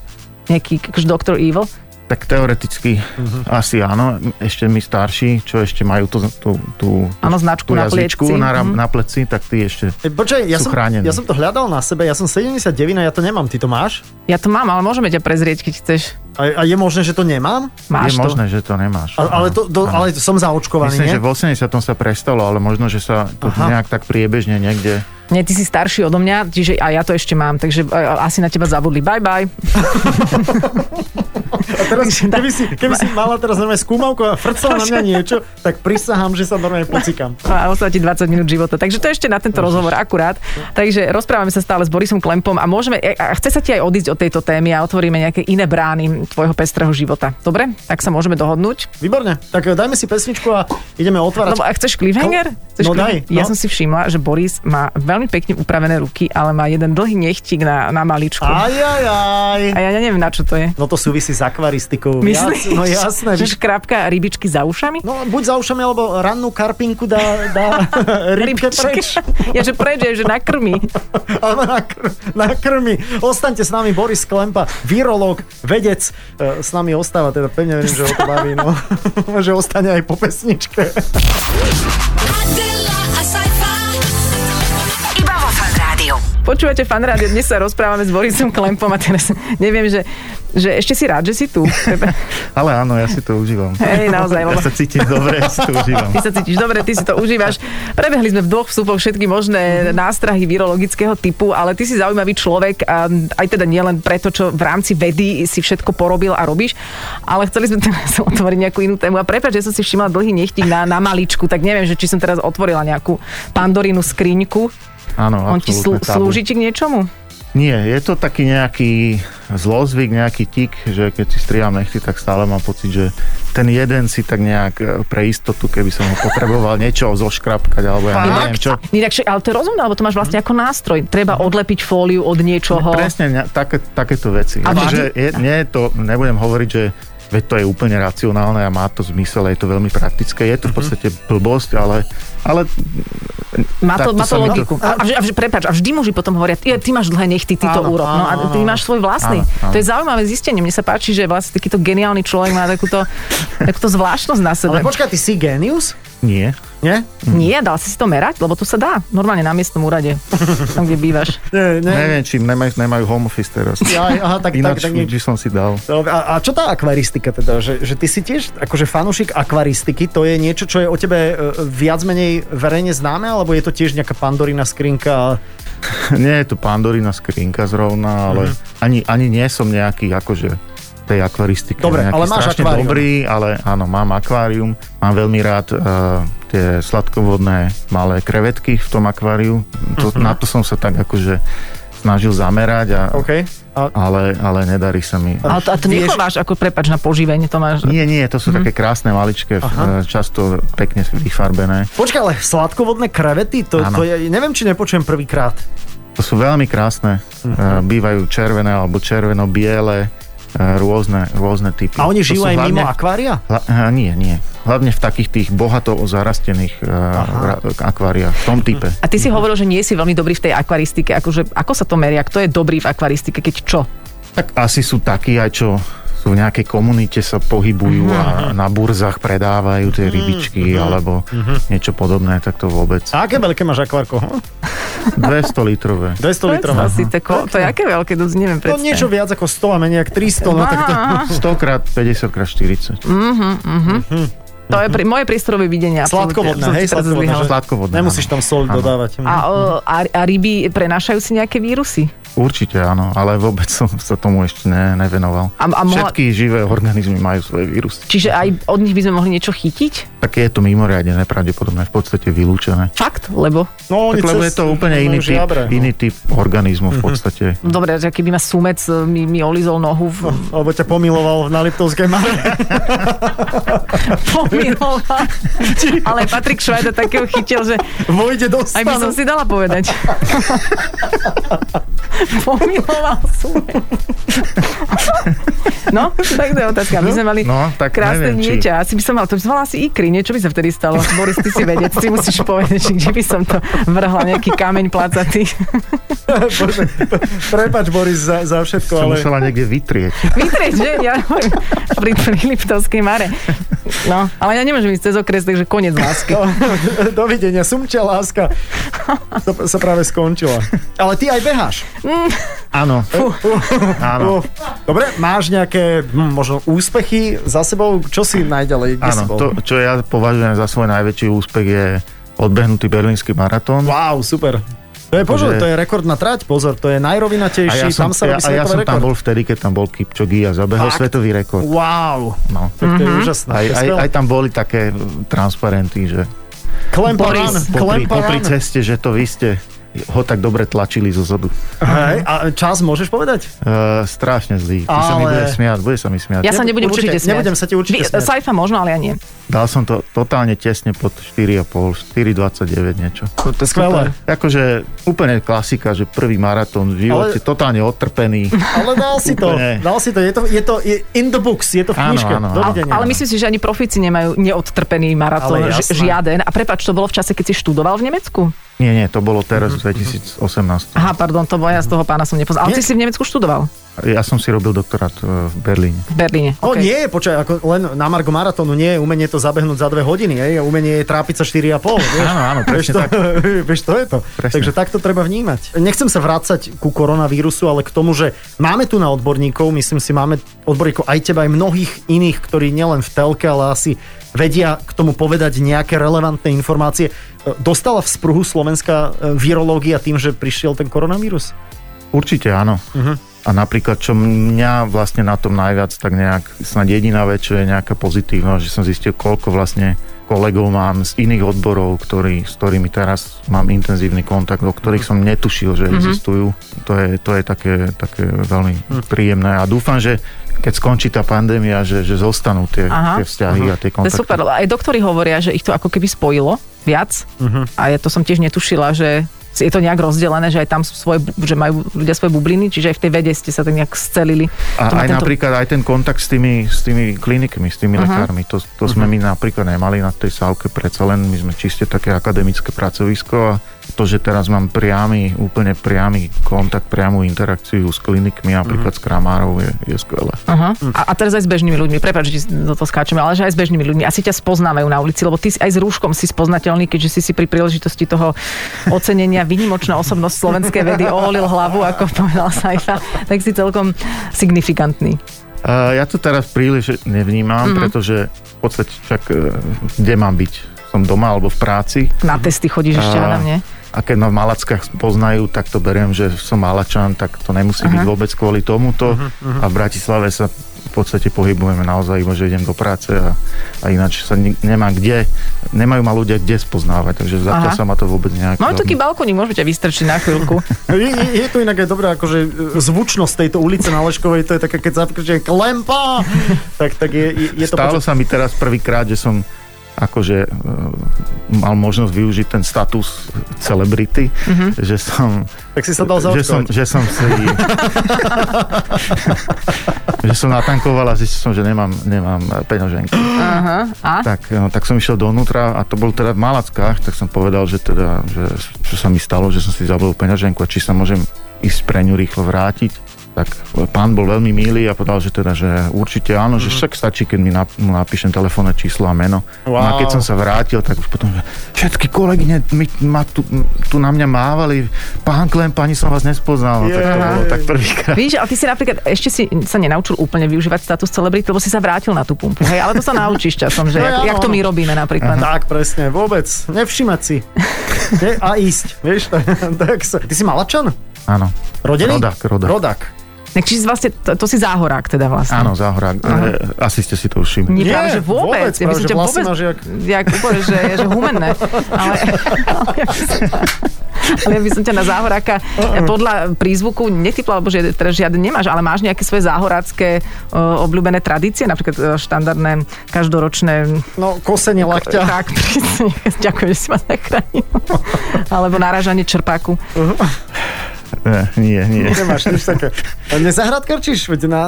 S2: Nejaký akože Dr. Evil?
S5: tak teoreticky
S2: Mhm.
S5: asi áno. Ešte my starší, čo ešte majú tú, tú, tú,
S2: Áno,
S5: tú
S2: značku na Mhm.
S5: jazyčku
S2: pliečci.
S5: na, ra- na pleci, tak ty ešte...
S1: E, Počkaj, ja
S5: Sú
S1: som,
S5: chránené.
S1: ja som to hľadal na sebe, ja som 79 a ja to nemám, ty to máš?
S2: Ja to mám, ale môžeme ťa prezrieť, keď chceš.
S1: A, a je možné, že to nemám?
S2: Máš
S5: je
S2: to.
S5: možné, že to nemáš.
S1: A, ale, to, do,
S5: Áno.
S1: ale som zaočkovaný,
S5: Myslím,
S1: nie?
S5: že v 80. sa prestalo, ale možno, že sa to
S1: Aha.
S5: nejak tak priebežne niekde...
S2: Nie, ty si starší odo mňa, čiže a ja to ešte mám, takže e, asi na teba zabudli. Bye, bye. [LAUGHS]
S1: A teraz,
S2: Takže dá-
S1: keby, si, keby si mala teraz normálne skúmavku a frcala na mňa niečo, tak prisahám, že sa normálne pocikam.
S2: A ostalo ti 20 minút života. Takže to je ešte na tento rozhovor akurát. Takže rozprávame sa stále s Borisom Klempom a môžeme, e, a chce sa ti aj odísť od tejto témy a otvoríme nejaké iné brány tvojho pestrého života. Dobre? Tak sa môžeme dohodnúť.
S1: Výborne, tak e, dajme si pesničku a ideme otvárať.
S2: Lebo a chceš cliffhanger?
S1: No,
S2: Chceš
S1: no
S2: cliffhanger?
S1: daj, no.
S2: Ja som si všimla, že Boris má veľmi pekne upravené ruky, ale má jeden dlhý nechtík na, na maličku. A...
S1: Aj, aj, aj.
S2: a ja neviem, na čo to je.
S1: No to súvisí s akvaristikou.
S2: Myslíš,
S1: Jas- no jasné.
S2: že
S1: Víš,
S2: škrabka rybičky za ušami?
S1: no buď za ušami, alebo rannú karpinku dá, dá [LAUGHS] rybke
S2: Rybičky.
S1: preč.
S2: Ja že preč, ja, že nakrmi.
S1: Áno, nakr- nakrmi. Ostaňte s nami, Boris Klempa, virológ, vedec. E, S nami ostáva, teda pevne verím, že ho to baví. No. [LAUGHS] že ostane aj po pesničke.
S3: Adela, a sci-fi.
S4: Iba vo fan rádiu.
S2: Počúvate fan rádio, dnes sa rozprávame s Borisom Klempom a teraz neviem, že, že ešte si rád, že si tu.
S5: Ale áno, ja si to užívam.
S2: Hej, naozaj,
S5: Ja
S2: lebo
S5: sa cítim dobre, ja si to užívam.
S2: ty sa cítiš dobre, ty si to užívaš. Prebehli sme v dvoch vstupoch všetky možné nástrahy virologického typu, ale ty si zaujímavý človek, a aj teda nielen preto, čo v rámci vedy si všetko porobil a robíš, ale chceli sme teraz [LAUGHS] otvoriť nejakú inú tému. A prepáč, že som si všimla dlhý nechtík na, na maličku, tak neviem, že či som teraz otvorila nejakú pandorínu skriňku.
S5: Áno,
S2: On ti slú,
S5: absolútne tabu.
S2: slúži ti k niečomu?
S5: Nie, je to taký nejaký zlozvyk, nejaký tik, že keď si striham nechty, tak stále mám pocit, že ten jeden si tak nejak e, pre istotu, keby som ho potreboval niečo zoškrapkať, alebo ja neviem čo. Mhm.
S2: Nie, takže, ale to je rozumné, lebo to máš vlastne ako nástroj. Treba odlepiť fóliu od niečoho.
S5: Presne ne, také, takéto veci.
S2: A
S5: Čiže je, nie je to, nebudem hovoriť, že veď to je úplne racionálne a má to zmysel, a je to veľmi praktické. Je
S1: Mhm.
S5: to v podstate blbosť, ale, ale
S2: Má to,
S5: Tak to
S2: má to
S5: sa mi to-
S2: logiku. A, a, vž- a, vž- prepáč, a vždy muži potom hovoria, ty, ty máš dlhé nechty, ty to
S1: Áno,
S2: urob. No a
S1: áno,
S2: ty
S1: áno.
S2: máš svoj vlastný.
S5: Áno, áno.
S2: To je zaujímavé zistenie. Mne sa páči, že vlastne takýto geniálny človek má takúto, takúto zvláštnosť na sebe.
S1: Ale počkaj, ty si génius?
S5: nie.
S1: Nie?
S2: Nie, dal si si to merať, lebo to sa dá. Normálne na miestnom úrade, tam, kde bývaš.
S1: Nie, nie.
S5: Neviem, či nemajú, nemajú home office teraz.
S1: Aj, aha, tak,
S5: Ináč,
S1: tak, tak,
S5: by som si dal.
S1: No, A, a čo tá akvaristika teda? Že, že ty si tiež akože fanúšik akvaristiky, to je niečo, čo je o tebe e, viac menej verejne známe, alebo je to tiež nejaká pandorina skrinka?
S5: Nie je to pandorína skrinka zrovna,
S1: Mhm.
S5: ale mm-hmm. ani, ani nie som nejaký akože tej akvaristike.
S1: Dobre,
S5: nejaký
S1: ale máš
S5: strašne
S1: akvárium.
S5: dobrý, ale áno, mám akvárium. Mám veľmi rád uh, tie
S1: Mhm.
S5: sladkovodné malé krevetky v tom akváriu. To, mm-hmm. Na to som sa tak akože snažil zamerať, a,
S1: OK. A,
S5: ale, ale nedarí sa mi.
S2: A, a to nechováš ako prepač na poživenie, to máš...
S5: Nie, nie, to sú také krásne maličké,
S1: Mhm. Aha.
S5: Aha. často pekne vyfarbené.
S1: počkaj, ale sladkovodné krevety, to,
S5: Áno.
S1: to je, neviem, či nepočujem prvýkrát.
S5: To sú veľmi krásne.
S1: Mhm.
S5: Uh-huh. Bývajú červené alebo červeno-biele, eh, rôzne, rôzne typy.
S1: A oni
S5: To
S1: žijú
S5: sú
S1: aj
S5: hlavne-
S1: mimo akvária?
S5: Hla, aha, nie, nie. Hlavne v takých tých bohato zarastených uh, ra, akváriách, v tom type.
S2: A ty si hovoril, že nie si veľmi dobrý v tej akvaristike. Akože, ako sa to meria? Kto je dobrý v akvaristike, keď čo?
S5: Tak asi sú takí aj čo sú v nejakej komunite, sa pohybujú
S1: Mhm.
S5: a na burzách predávajú tie rybičky alebo niečo podobné, tak to vôbec.
S1: Mhm. A aké veľké máš akvárko? Hm?
S5: 200
S1: [LAUGHS]
S5: litrové.
S1: 200 litrov.
S2: Predstav si to, ko, to je aké veľké, to neviem
S1: To
S2: predstav.
S1: niečo viac ako 100 a menej ako 300, no tak to...
S5: 100 krát 50 krát 40.
S2: To je pri, moje priestorové videnie. absolútne.
S1: Sladkovodné,
S2: Som
S1: hej,
S2: si teraz
S1: sladkovodné,
S2: zlyhala.
S1: že?
S5: Sladkovodné,
S1: Nemusíš
S5: áno.
S1: tam sol
S5: Áno.
S1: dodávať.
S2: A, o, a, a ryby prenášajú si nejaké vírusy?
S5: Určite áno, ale vôbec som sa tomu ešte ne, nevenoval.
S2: A- a mohla-
S5: Všetky živé organizmy majú svoje vírusy.
S2: Čiže aj od nich by sme mohli niečo chytiť?
S5: Tak je to mimoriadne nepravdepodobné, v podstate vylúčené.
S2: Fakt? Lebo?
S1: No,
S5: Tak, lebo je to úplne iný typ,
S1: žiabre, no. Mhm.
S5: iný typ organizmu v podstate.
S2: Dobre, že keby ma sumec e, mi, mi olizol nohu, v,
S1: Alebo ťa pomiloval na Liptovskej mare.
S2: [LAUGHS] pomiloval.
S1: [LAUGHS]
S2: Ale Patrik Švajda takého chytil, že
S1: Vojde do
S2: aj by som
S1: stanu.
S2: si dala povedať. [LAUGHS] pomiloval sumec. [LAUGHS] no, tak to je otázka. My sme mali
S5: No, tak
S2: krásne
S5: neviem, či-
S2: dieťa. Asi by som mal, to by som mala asi ikry, niečo by sa vtedy stalo. Boris, ty si vedec, ty musíš povedať, že kde by som to vrhla, nejaký kameň placatý.
S1: [LAUGHS] Bože, Prepač, Boris, za, za všetko,
S5: Som
S1: ale...
S5: musela niekde vytrieť.
S2: Vytrieť, že? Ja hovorím, pri, pri Liptovskej mare. No, ale ja nemôžem ísť cez okres, takže koniec
S1: [LAUGHS]
S2: lásky.
S1: No, Dovidenia, sumčia láska. Sa, sa práve skončila. Ale ty aj beháš. [LAUGHS]
S5: Áno. Áno.
S1: No. Dobre, máš nejaké hm, možno úspechy za sebou? Čo si najďalej? Kde
S5: Áno,
S1: si bol?
S5: to, čo ja považujem za svoj najväčší úspech je odbehnutý berlínsky maratón.
S1: Wow, super. To je, pozor, to je rekordná trať, pozor, to je
S5: A
S1: najrovinatejší,
S5: ja
S1: tam
S5: som,
S1: sa
S5: ja,
S1: robí
S5: a
S1: svetový
S5: ja som
S1: rekord.
S5: tam bol vtedy, keď tam bol Kipčogi a zabehol
S1: Fakt?
S5: svetový rekord.
S1: Wow,
S5: No.
S1: tak to je
S2: Mhm.
S1: úžasné.
S5: Aj,
S1: to je
S5: aj,
S1: skvelé.
S5: aj tam boli také mm, transparenty, že
S1: Klemparán,
S2: Boris.
S5: popri, popri
S1: Klemparán.
S5: ceste, že to vy ste ho tak dobre tlačili zo zadu.
S1: Hej, a čas môžeš povedať?
S5: Uh, strašne zlý. Ty sa mi
S1: Ale-
S5: bude smiať, bude sa mi smiať.
S2: Ja sa nebudem
S1: Určite,
S2: určite, smiať.
S1: nebudem sa ti určite
S2: Vy-
S1: smiať.
S2: Saifa možno, ale ja nie.
S5: Dal som to totálne tesne pod 4,5, 4,29 niečo.
S2: To je
S1: Skvelé.
S5: Akože úplne klasika, že prvý maratón v
S1: Ale-
S5: živote, ale... totálne otrpený.
S1: Ale dal si to,
S5: Úplne.
S1: dal si to. Je to, je to je in the books, je to v
S5: Áno,
S1: knižke.
S5: áno, áno.
S1: Dovidenia.
S2: Ale myslím si, že ani profíci nemajú neodtrpený maratón,
S1: Ale
S2: ž-
S1: jasné.
S2: žiaden. A prepač, to bolo v čase, keď si študoval v Nemecku?
S5: Nie, nie, to bolo teraz v 2018.
S2: Aha, pardon, to boja z toho pána som nepoznal. Ale
S1: Nie.
S2: ty si v Nemecku študoval?
S5: Ja som si robil doktorát e, v Berlíne.
S2: V Berlíne.
S1: O,
S2: OK.
S1: No nie je, počkaj, ako len na Margo maratónu nie je umenie to zabehnúť za dve hodiny, hej, a umenie je trápiť sa 4,5. Vieš?
S5: Áno, áno,
S1: Vieš
S5: presne
S1: to,
S5: tak.
S1: [LAUGHS] vieš, to je to.
S5: Presne.
S1: Takže takto treba vnímať. Nechcem sa vrácať ku koronavírusu, ale k tomu, že máme tu na odborníkov, myslím si, máme odborníkov aj teba, aj mnohých iných, ktorí nielen v telke, ale asi vedia k tomu povedať nejaké relevantné informácie. E, Dostala v spruhu slovenská e, virológia tým, že prišiel ten koronavírus?
S5: Určite áno.
S2: Mhm.
S5: Uh-huh. A napríklad, čo mňa vlastne na tom najviac, tak nejak snad jediná vec, čo je nejaká pozitívna, že som zistil, koľko vlastne kolegov mám z iných odborov, ktorý, s ktorými teraz mám intenzívny kontakt, o ktorých som netušil,
S2: Mhm.
S5: že existujú. To je, to je také, také veľmi
S2: Mhm.
S5: príjemné a dúfam, že keď skončí tá pandémia, že, že zostanú tie,
S2: Aha.
S5: tie vzťahy a tie
S2: To je
S5: kontakty.
S2: super, lebo aj doktori hovoria, že ich to ako keby spojilo viac
S1: Mhm.
S2: a ja to som tiež netušila, že je to nejak rozdelené, že aj tam sú svoje, bu- že majú ľudia svoje bubliny, čiže aj v tej vede ste sa tak nejak scelili. To má
S5: A aj
S2: tento-
S5: napríklad aj ten kontakt s tými, s tými klinikmi, s tými uh-huh. lekármi, to, to sme my napríklad nemali na tej sávke, predsa len my sme čiste také akademické pracovisko a to, že teraz mám priamy, úplne priamy kontakt, priamu interakciu s klinikmi, napríklad s kramárov, je, je skvelé.
S2: Aha. Hm. A, a teraz aj s bežnými ľuďmi, prepáč, že do toho skáčeme, ale že aj s bežnými ľuďmi. Asi ťa spoznávajú na ulici, lebo ty si- aj s rúškom si spoznateľný, keďže si si pri príležitosti toho ocenenia vynimočná osobnosť slovenskej vedy oholil hlavu, ako povedal Saifa, tak si celkom signifikantný.
S5: Uh, ja to teraz príliš nevnímam, pretože v podstate však, eh, kde mám byť? Som doma alebo v práci
S2: Na testy chodíš ešte, na
S5: A-
S2: mne.
S5: a keď ma v Malackách poznajú, tak to beriem, že som Malačan, tak to nemusí uh-huh. byť vôbec kvôli tomuto. Uh-huh, uh-huh. A v Bratislave sa v podstate pohybujeme naozaj iba, že idem do práce a, a ináč sa ni- nemá kde, nemajú ma ľudia kde spoznávať, takže zatiaľ
S2: Aha.
S5: sa ma to vôbec nejak...
S2: Máme
S1: no.
S2: taký balkónik, môžete vystrčiť na chvíľku.
S1: Je, je, je tu inak aj dobrá akože, e, zvučnosť tejto ulice na Leškovej, to je také, keď zapríklad, že klempa, tak, tak je, je, je to
S5: Stalo
S1: počuť.
S5: sa mi teraz prvýkrát, že som akože e, mal možnosť využiť ten status celebrity,
S1: Mhm.
S5: že som
S1: Tak si sa dal
S5: že som,
S1: zaočkovať.
S5: že som si...
S1: [LAUGHS]
S5: že som natankoval a zistil som, že nemám, nemám eh, peňaženky.
S2: Aha. A?
S5: Tak, no, tak som išiel dovnútra a to bol teda v Malackách, tak som povedal, že teda, že, čo sa mi stalo, že som si zabil peňaženku a či sa môžem ísť pre ňu rýchlo vrátiť. Tak pán bol veľmi milý a povedal, že teda, že určite áno, že však stačí, keď mi nap- mu napíšem telefónne číslo a meno. No a
S1: Wow.
S5: keď som sa vrátil, tak už potom, že všetky kolegyne mi, ma tu, tu, na mňa mávali, pán Klem, pani som vás nespoznal. Yeah. Tak to
S1: Jej.
S5: bolo tak prvýkrát.
S2: Víš, ale ty si napríklad ešte si sa nenaučil úplne využívať status celebrity, lebo si sa vrátil na tú pumpu. Hej, ale to sa naučíš časom, že
S1: No,
S2: jak,
S1: áno.
S2: jak to my robíme napríklad.
S1: Tak, presne, vôbec, nevšimať si. Ne, a ísť, vieš, [LAUGHS] tak, tak sa. Ty si malačan?
S5: Áno,
S1: Rodený?
S5: Rodák, rodák.
S1: Rodák.
S2: Tak čiže vlastne, to, to si záhorák teda vlastne.
S5: áno, záhorák. Eh, Asi ste si to
S2: Nie,
S5: všimli.
S1: Nie,
S2: práve, že vôbec.
S1: vôbec, práve, že
S2: že
S1: vlasy máš jak-
S2: jak úplne, že, že humenné. Ale, ale, ja by som, ale ja by som ťa na záhoráka eh, podľa prízvuku netypla, lebo že teda žiaden nemáš, ale máš nejaké svoje záhorácké eh, obľúbené tradície, napríklad eh, štandardné každoročné
S1: No, kosenie lakťa. [LAUGHS]
S2: Tak, prísne. Ďakujem, že si ma zachránil. Alebo narážanie čerpáku.
S5: Eh, Nie, nie,
S1: Nemáš nič také. A Nezahradkarčíš? Veď na,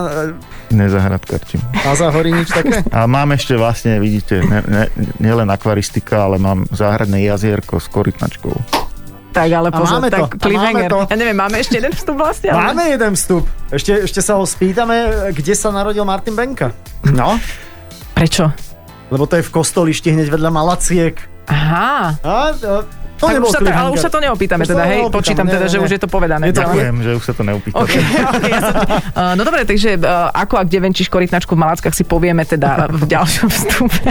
S5: nezahradkarčím.
S1: na záhorí nič
S2: [LAUGHS]
S1: také?
S5: A mám ešte vlastne, vidíte, ne, ne, nielen akvaristika, ale mám záhradné jazierko s korytnačkou.
S2: Tak, ale pozor,
S1: máme
S2: tak
S1: to, a
S2: cliffhanger.
S1: máme to.
S2: Ja neviem, máme ešte jeden vstup vlastne? ale-
S1: Máme jeden vstup. Ešte, ešte sa ho spýtame, kde sa narodil Martin Benka. No,
S2: Prečo?
S1: lebo to je v kostolišti hneď vedľa Malaciek.
S2: Aha.
S1: A, a, to
S2: Tak
S1: nebol
S2: už sa ta, ale
S1: cliffhanger.
S2: už sa to neopýtame
S1: Už sa to
S2: teda, hej,
S1: neopýtame,
S2: počítam
S1: ne,
S2: teda,
S1: ne,
S2: že
S1: ne.
S2: už je to povedané.
S1: Je to
S2: celé.
S5: Ďakujem, že už sa to neupýtate.
S2: OK, [LAUGHS] OK, ja som- Uh, No dobre, takže uh, ako a kde venčíš korytnačku v Malackách si povieme teda v ďalšom vstupe,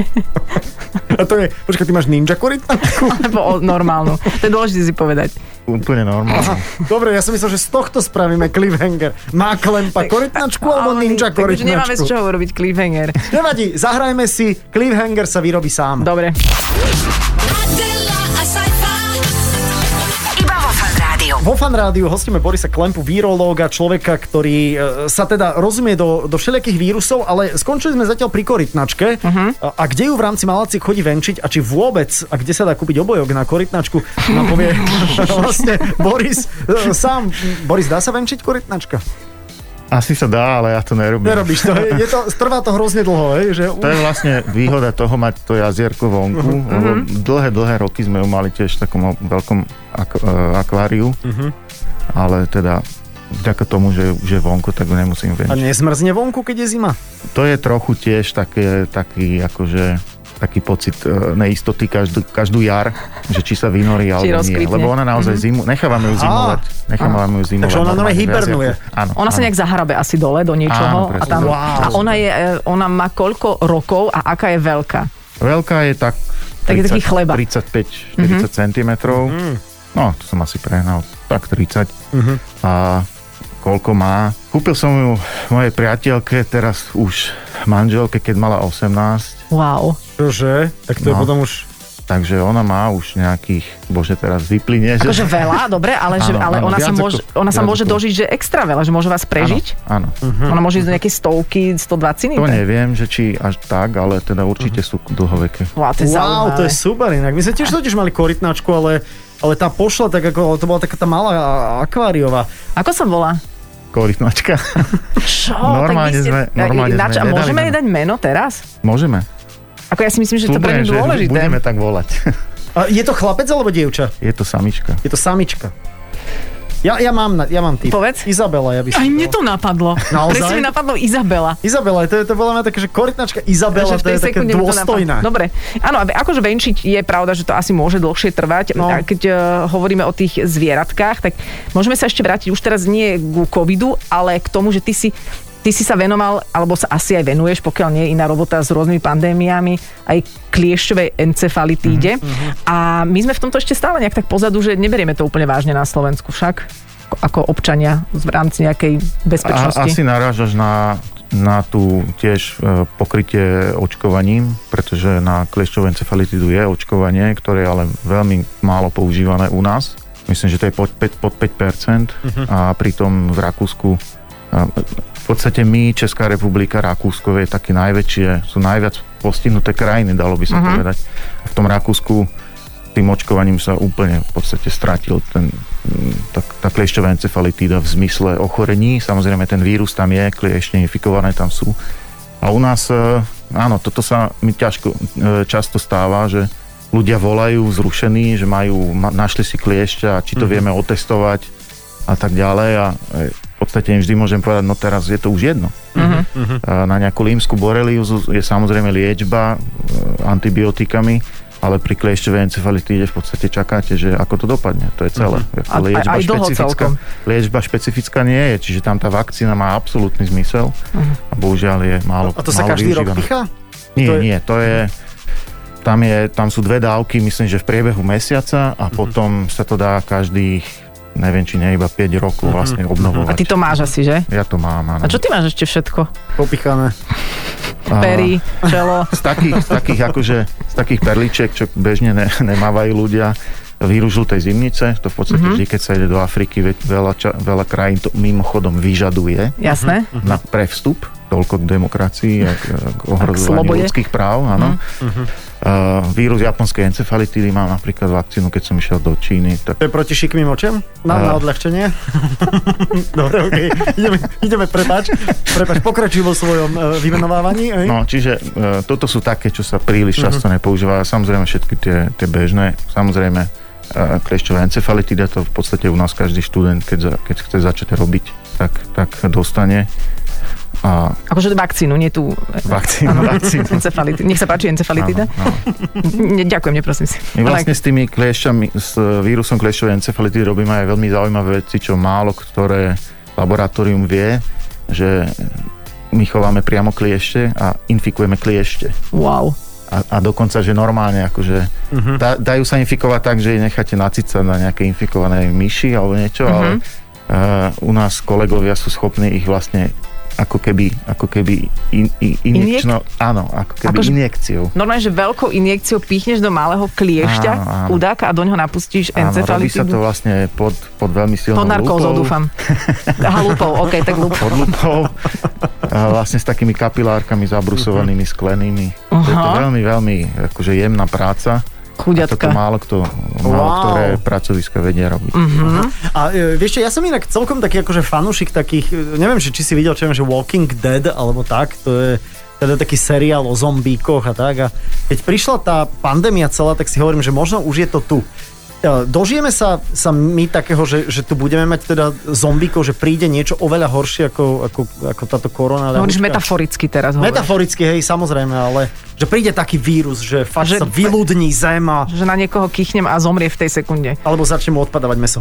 S2: [LAUGHS]
S1: A to je, počkaj, ty máš ninja korytnačku?
S2: [LAUGHS] alebo o normálnu. To je dôležité si povedať.
S5: Úplne normálne.
S1: Dobre, ja som myslel, že z tohto spravíme cliffhanger. Má klempa korytnačku alebo
S2: Ale-
S1: ninja
S2: Takže nemáme z
S1: korytnačku?
S2: čoho urobiť cliffhanger.
S1: Nevadí, zahrajme si, cliffhanger sa vyrobí sám.
S2: Dobre.
S3: Adela, a sci-fi.
S4: Iba vo Fan Rádiu.
S1: Vo Fan Rádiu hostíme Borisa Klempu, vírológa, človeka, ktorý e, sa teda rozumie do, do všelijakých vírusov, ale skončili sme zatiaľ pri korytnačke. Uh-huh. A, a kde ju v rámci Malaciek chodí venčiť a či vôbec, a kde sa dá kúpiť obojok na korytnačku, nám povie [LAUGHS] vlastne Boris e, sám. Boris, dá sa venčiť korytnačka?
S5: Asi sa dá, ale ja to nerobím.
S1: Nerobíš
S5: [LAUGHS]
S1: to, hej? je to, trvá to hrozne dlho, hej? že
S5: To je vlastne výhoda toho mať to jazierko vonku,
S1: Mhm,
S5: uh-huh. lebo dlhé, dlhé roky sme ju mali tiež v takom veľkom ak- eh, akváriu,
S1: Mhm.
S5: uh-huh. ale teda vďaka tomu, že, že vonku, tak ju nemusím
S1: A
S5: venčiť.
S1: nezmrzne vonku, keď je zima?
S5: To je trochu tiež také, taký, akože, taký pocit e, neistoty každú, každú jar, že či sa vynorí alebo nie.
S2: rozkvitne. Mhm.
S5: Lebo ona naozaj zimu, nechávame ju zimovať. Nechávame ju zimovať.
S1: Takže ona normálne
S5: normálne v
S1: hibernuje.
S5: jazierku. Áno.
S2: Ona sa
S5: áno.
S2: nejak zahrabe asi dole do niečoho.
S5: Áno,
S2: a,
S5: presne.
S2: tam,
S1: Wow.
S2: a ona, je, e, ona má koľko rokov a aká je veľká?
S5: Veľká je tak...
S2: Tak je taký chleba. Mhm.
S5: 35-40 cm.
S1: Mhm.
S5: No, to som asi prehnal. Tak 30. A koľko má. Kúpil som ju mojej priateľke, teraz už manželke, keď mala 18.
S2: Wow.
S1: Čože? Tak to je
S5: No.
S1: potom už...
S5: Takže ona má už nejakých, bože teraz vyplynie. že-
S2: Akože veľa, dobre, ale, že,
S5: Áno,
S2: ale
S5: áno,
S2: ona, sa
S5: viac ako-
S2: môže, ona sa
S5: viac
S2: môže
S5: ako-
S2: dožiť, že extra veľa, že môže vás prežiť. Mhm.
S5: Áno. áno.
S2: Ona môže ísť do nejakej stovky, 120
S5: To neviem, že či až tak, ale teda
S2: Mhm.
S5: určite sú dlhoveké.
S2: Wow, to je
S1: Wow,
S2: zaujímavé.
S1: to je super inak. My sme tiež totiž mali korytnačku, ale, ale tá pošla tak ako, to bola taká tá malá a- akváriová.
S2: Ako sa volá? [LAUGHS]
S5: Korytnačka.
S2: Čo?
S5: Normálne
S2: tak vy ste,
S5: sme- normálne
S2: ináč,
S5: sme
S2: a
S5: nedali
S2: môžeme jej
S5: meno.
S2: dať meno teraz?
S5: Môžeme.
S2: Ako ja si myslím, že to pre
S5: Slúbujem,
S2: ňu
S5: že
S2: dôležité.
S5: budeme tak volať. [LAUGHS]
S1: A je to chlapec alebo dievča?
S5: Je to samička.
S1: Je to samička. Ja, ja mám, na- ja mám typ.
S2: Povedz.
S1: Izabela, ja by som
S2: Aj
S1: povedal.
S2: mne to napadlo.
S1: Naozaj?
S2: Presne mi napadlo Izabela.
S1: Izabela, to je to bola také, že korytnačka Izabela,
S2: že v
S1: to
S2: tej
S1: je také
S2: sekunde mi to
S1: dôstojná.
S2: napadlo. No. Dobre, áno, a akože venčiť je pravda, že to asi môže dlhšie trvať. No.
S1: No.
S2: A keď uh, hovoríme o tých zvieratkách, tak môžeme sa ešte vrátiť už teraz nie ku covidu, ale k tomu, že ty si Ty si sa venoval, alebo sa asi aj venuješ, pokiaľ nie je iná robota s rôznymi pandémiami, aj kliešťovej
S1: Mhm,
S2: encefalitíde. A my sme v tomto ešte stále nejak tak pozadu, že neberieme to úplne vážne na Slovensku však, ako- ako občania v rámci nejakej
S5: A,
S2: bezpečnosti.
S5: asi narážaš na na tú tiež e, pokrytie očkovaním, pretože na kliešťovú encefalitidu je očkovanie, ktoré je ale veľmi málo používané u nás. Myslím, že to je pod 5%, pod 5% a pritom v Rakúsku a v podstate my, Česká republika, Rakúsko je také najväčšie, sú najviac postihnuté krajiny, dalo by sa uh-huh. povedať. A v tom Rakúsku tým očkovaním sa úplne v podstate stratil ten, mm, tá, tá kliešťová encefalitída v zmysle ochorení. Samozrejme, ten vírus tam je, kliešne infikované tam sú. A u nás, e, áno, toto sa mi ťažko, e, často stáva, že ľudia volajú zrušení, že majú, ma, našli si kliešťa, či
S2: Mhm.
S5: to vieme otestovať a tak ďalej. A e, v podstate im vždy môžem povedať, no teraz je to už jedno.
S2: Mhm.
S5: A Na nejakú límskú boreliózu je samozrejme liečba e, antibiotikami, ale pri kliešťovej encefalitíde v podstate čakáte, že ako to dopadne. To je celé.
S2: Mhm. A- a- aj dlho
S5: špecifická,
S2: celkom.
S5: liečba špecifická nie je, čiže tam tá vakcína má absolútny zmysel a bohužiaľ je málo
S1: A to sa
S5: málo
S1: každý rok
S5: využívaná.
S1: pichá?
S5: Nie,
S1: To
S5: to
S1: je-
S5: je... nie, to je... Tam, je, tam sú dve dávky, myslím, že v priebehu mesiaca
S1: Mhm.
S5: a potom sa to dá každých, neviem, či nie iba 5 rokov
S1: Mhm.
S5: vlastne
S2: A
S5: obnovovať.
S2: ty to máš asi, že?
S5: Ja to mám, áno.
S2: A čo ty máš ešte všetko?
S1: Popichané.
S5: A
S2: Pery, čelo.
S5: Z takých, z takých akože, z takých perličiek, čo bežne ne, nemávajú ľudia, vírus žltej zimnice, to v podstate
S1: Mhm.
S5: mm-hmm. vždy, keď sa ide do Afriky, ve- veľa, ča, veľa krajín to mimochodom vyžaduje
S2: Jasné?
S5: Mhm. na prevstup, toľko k demokracii a k, k
S2: slobode. Mhm.
S5: ohrozovaniu ľudských práv, áno. Uh, vírus japonskej encefalitidy má napríklad vakcínu, keď som išiel do Číny, tak
S1: To je proti šikmým očiam? Mám
S5: Á.
S1: na odľahčenie. [LAUGHS] Dobre, okej. Ideme, ideme prepač. Prepač, pokračuj vo svojom e, vymenovávaní. hej?
S5: No, čiže e, toto sú také, čo sa príliš
S2: Mhm.
S5: často nepoužívajú. Samozrejme všetky tie, tie bežné, samozrejme e, kliešťová encefalitida, to v podstate u nás každý študent, keď, za, keď chce začať robiť, tak, tak dostane a
S2: Akože vakcínu, nie tú
S5: vakcínu, vakcínu.
S2: encefalitidu. Nech sa páči encefalitida.
S5: áno.
S2: Ne, ďakujem, neprosím si.
S5: My vlastne s tými kliešťami, s e, vírusom kliešťovej encefalitidy robíme aj veľmi zaujímavé veci, čo málo ktoré laboratórium vie, že my chováme priamo kliešte a infikujeme kliešte.
S2: Wow.
S5: A, a dokonca, že normálne, akože uh-huh. da, dajú sa infikovať tak, že ich necháte nacicať na nejaké infikované myši alebo niečo, uh-huh. ale uh, u nás kolegovia sú schopní ich vlastne ako keby, ako keby in, in, injekčno, áno, ako keby
S2: Akože-
S5: akože... injekciou.
S2: Normálne, že veľkou injekciou píchneš do malého kliešťa,
S5: Áno, áno.
S2: chudáka a do ňoho napustíš
S5: Áno, robí sa to
S2: encefalitidu.
S5: vlastne pod, pod veľmi
S2: Pod
S5: silnou
S2: narkózou,
S5: lupou. [LAUGHS]
S2: dúfam. Aha, lupou, ok, tak lupou.
S5: pod lupou, a vlastne s takými kapilárkami zabrusovanými, sklenými. Uh-huh. Je to
S2: Aha.
S5: veľmi, veľmi akože jemná práca. A toto
S2: Chudiatka.
S5: málo, kto, málo
S1: Wow.
S5: ktoré pracoviska vedia robiť. Uh-huh.
S1: A e, vieš čo, ja som inak celkom taký akože fanúšik takých, e, neviem, že, či si videl, čo viem, že Walking Dead alebo tak, to je teda taký seriál o zombíkoch a tak. A keď prišla tá pandémia celá, tak si hovorím, že možno už je to tu. E, Dožijeme sa, sa my takého, že, že tu budeme mať teda zombíkov, že príde niečo oveľa horšie ako, ako, ako táto korona.
S2: No, Hovoríš
S1: ľahučka?
S2: metaforicky teraz. Hovoríš.
S1: Metaforicky, hej, samozrejme, ale že príde taký vírus, že fakt že...
S2: Že-
S1: sa vyľudní zem a,
S2: Že na niekoho kichnem a zomrie v tej sekunde.
S1: alebo začne mu odpadávať meso.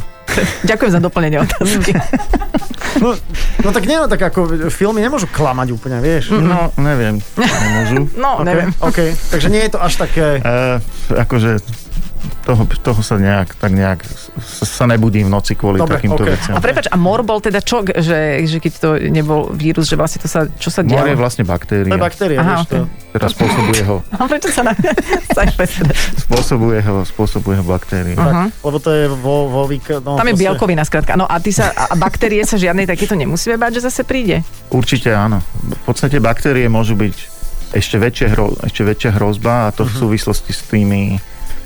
S2: Ďakujem za doplnenie
S5: [LAUGHS]
S2: otázky.
S1: No, no tak nie, no tak ako filmy nemôžu klamať úplne,
S2: Mm.
S1: vieš.
S5: No, neviem, nemôžu.
S2: No, neviem.
S1: OK, takže nie je to až také...
S5: E, akože toho, toho sa nejak, tak nejak, sa, sa nebudím v noci kvôli
S1: Dobre,
S5: Dobre, takýmto
S1: ok.
S5: okay. veciam.
S2: A prepač, a mor bol teda čo, že, že keď to nebol vírus, že vlastne to sa, čo sa
S5: Mor je
S2: dialo?
S5: vlastne baktéria,
S1: To je baktérie,
S2: Aha,
S1: vieš to.
S2: ok.
S5: ktorá spôsobuje ho,
S2: A prečo sa na [LAUGHS] sa aj pes-
S5: spôsobuje ho, spôsobuje ho baktérie.
S1: Tak, lebo to je vo, vo vík- no,
S2: Tam je
S1: proste-
S2: bielkovina, skrátka. No a ty sa, a a baktérie sa žiadnej takéto nemusíme báť, že zase príde.
S5: Určite áno. V podstate baktérie môžu byť ešte, väčšie hro, ešte väčšia hrozba a to
S2: Mhm.
S5: v súvislosti s tými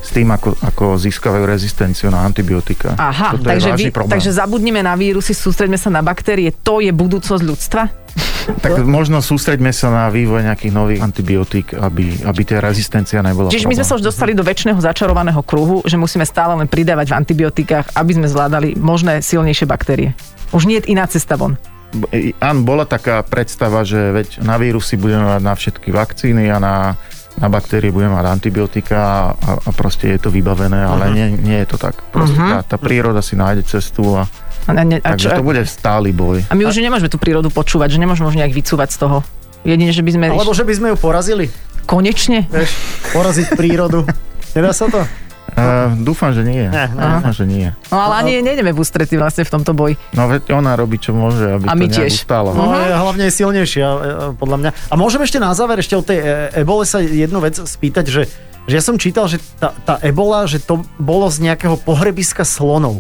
S5: s tým, ako, ako získavajú rezistenciu na antibiotika.
S2: Aha,
S5: Toto
S2: takže,
S5: je vážny problém.
S2: takže zabudnime na vírusy, sústreďme sa na baktérie. To je budúcosť ľudstva?
S5: Tak možno sústreďme sa na vývoj nejakých nových antibiotík, aby, aby tá rezistencia nebola
S2: Čiže my sme
S5: problém. Mhm.
S2: sa už dostali do väčšného začarovaného kruhu, že musíme stále len pridávať v antibiotikách, aby sme zvládali možné silnejšie baktérie. Už nie je iná cesta von.
S5: Áno, bola taká predstava, že veď na vírusy budeme mať na všetky vakcíny a na, na baktérie budeme mať antibiotika a, a proste je to
S2: Mhm.
S5: vybavené, ale nie, nie je to tak. Proste tá, tá príroda si nájde cestu a
S2: A, ne, a, čo,
S5: takže to bude stály boj.
S2: a my už nemôžeme tú prírodu počúvať, že nemôžeme už nejak vycúvať z toho. Jedine, že by sme...
S1: Alebo že by sme ju porazili,
S2: Konečne?
S1: vieš, poraziť prírodu. Nedá sa to?
S5: Uh, dúfam, že nie.
S1: Ne, ne.
S5: dúfam, že nie.
S2: No ale ani nejdeme v ústretí vlastne v tomto boji.
S5: No veď ona robí, čo môže, aby
S2: A
S5: to
S2: my
S5: nejak
S2: tiež.
S5: ustála.
S2: Mhm.
S1: No, je hlavne je silnejšia, e, e, podľa mňa. A môžem ešte na záver, ešte o tej e, ebole sa jednu vec spýtať, že, že ja som čítal, že tá, tá ebola, že to bolo z nejakého pohrebiska slonov.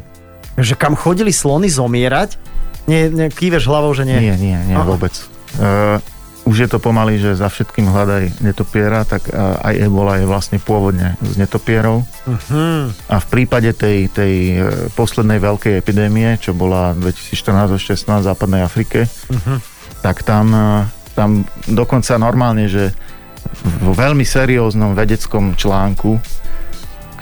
S1: Že kam chodili slony zomierať, nie, nie, kýveš hlavou, že nie.
S5: Nie, nie, nie,
S1: Aha.
S5: vôbec. Uh, už je to pomaly, že za všetkým hľadaj netopiera, tak uh, aj ebola je vlastne pôvodne z netopierov.
S2: Mhm.
S1: Hm.
S5: A v prípade tej, tej e, poslednej veľkej epidémie, čo bola 2014-16 v západnej Afrike,
S2: Mhm.
S5: tak tam, e, tam dokonca normálne, že vo veľmi serióznom vedeckom článku,